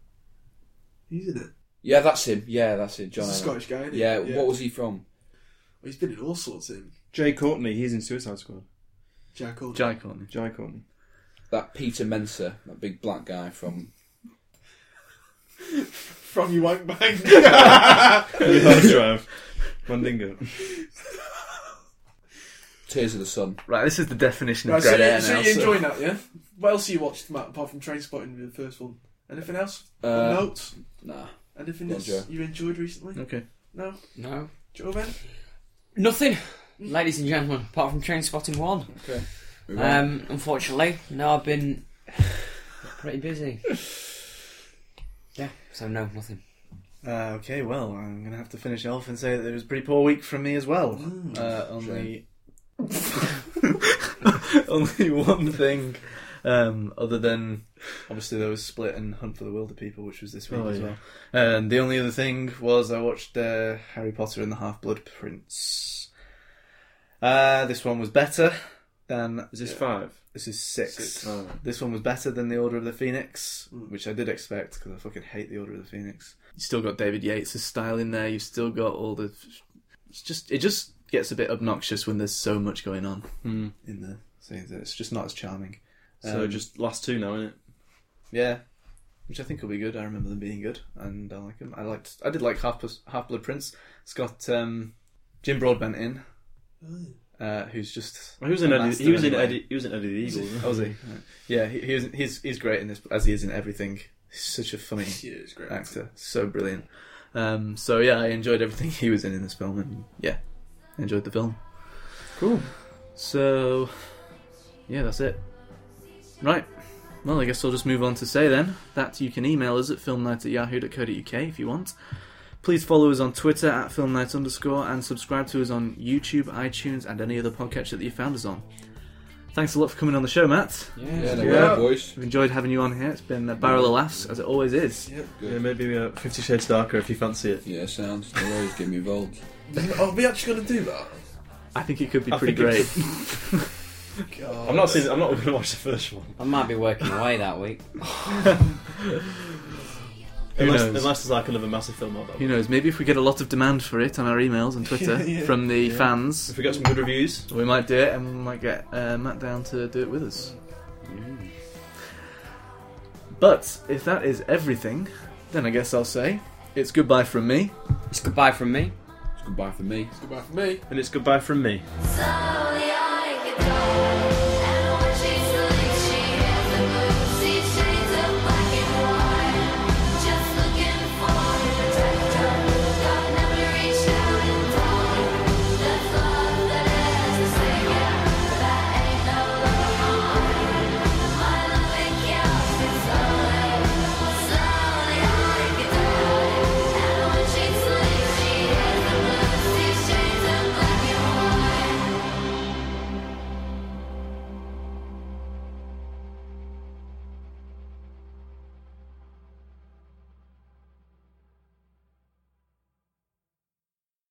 He's in it. Yeah, that's him. Yeah, that's it. John. He's a Allen. Scottish guy, isn't he? yeah, Yeah. What was he from? He's been in all sorts of him. Jay Courtney. He's in Suicide Squad. Jack Hall. Jai Courtney. Jay Courtney. That Peter Mensah, that big black guy from. From you wank bang. Hard Drive. Mandingo. Tears of the Sun. Right, this is the definition Right, of so, great you- air so now. you enjoying that, yeah? What else have you watched, Matt, apart from Trainspotting, the first one? Anything else? Uh, Notes? Nah. Anything Go else on, Joe. Mm. you enjoyed recently? Okay. No? No. Joe Ben? Nothing, ladies and gentlemen, apart from train spotting one. Okay. Move on. Um, unfortunately, no, I've been pretty busy. Yeah, so no, nothing. Uh, okay, well, I'm going to have to finish off and say that it was a pretty poor week from me as well. uh, only, only one thing, um, other than obviously there was Split and Hunt for the Wilder People, which was this week Oh, as yeah. well. And the only other thing was I watched uh, Harry Potter and the Half Blood Prince. Uh, this one was better than Is this five? this is six. Six. Oh. This one was better than The Order of the Phoenix, which I did expect because I fucking hate The Order of the Phoenix. You still got David Yates' style in there. You've still got all the. It's just it just gets a bit obnoxious when there's so much going on Hmm. in the scenes. It's just not as charming. So Um, just last two now, innit? yeah, which I think will be good. I remember them being good, and I like them. I liked. I did like Half Half Blood Prince. It's got um, Jim Broadbent in, uh, who's just He was in a Eddie. master He was in anyway. Eddie. He was in Eddie the Eagle. wasn't he? Oh, was he? Yeah, he, he was, he's he's great in this, as he is in everything. He's such a funny Yeah, it's great. actor, so brilliant. Um, so yeah, I enjoyed everything he was in in this film, and yeah, I enjoyed the film. Cool. So yeah, that's it. Right. Well, I guess I'll just move on to say then that you can email us at filmnight at yahoo.co.uk if you want. Please follow us on Twitter at filmnight underscore and subscribe to us on YouTube, iTunes, and any other podcatcher that you found us on. Thanks a lot for coming on the show, Matt. Yeah, no Yeah. way, boys. We've enjoyed having you on here. It's been a barrel of laughs, as it always is. Yeah, maybe uh, Fifty Shades Darker if you fancy it. Yeah, sounds. No worries, get me involved. Are we actually going to do that? I think it could be I pretty think great. God. I'm not seeing. I'm not going to watch the first one I might be working away that week. unless, knows? unless there's like another massive film out. Who knows? Maybe if we get a lot of demand for it on our emails and Twitter Yeah, yeah. from the If fans, we get some good reviews, we might do it and we might get uh, Matt down to do it with us. But if that is everything, then I guess I'll say it's goodbye from me. It's goodbye from me. It's goodbye for me. Goodbye for me. and it's goodbye from me. So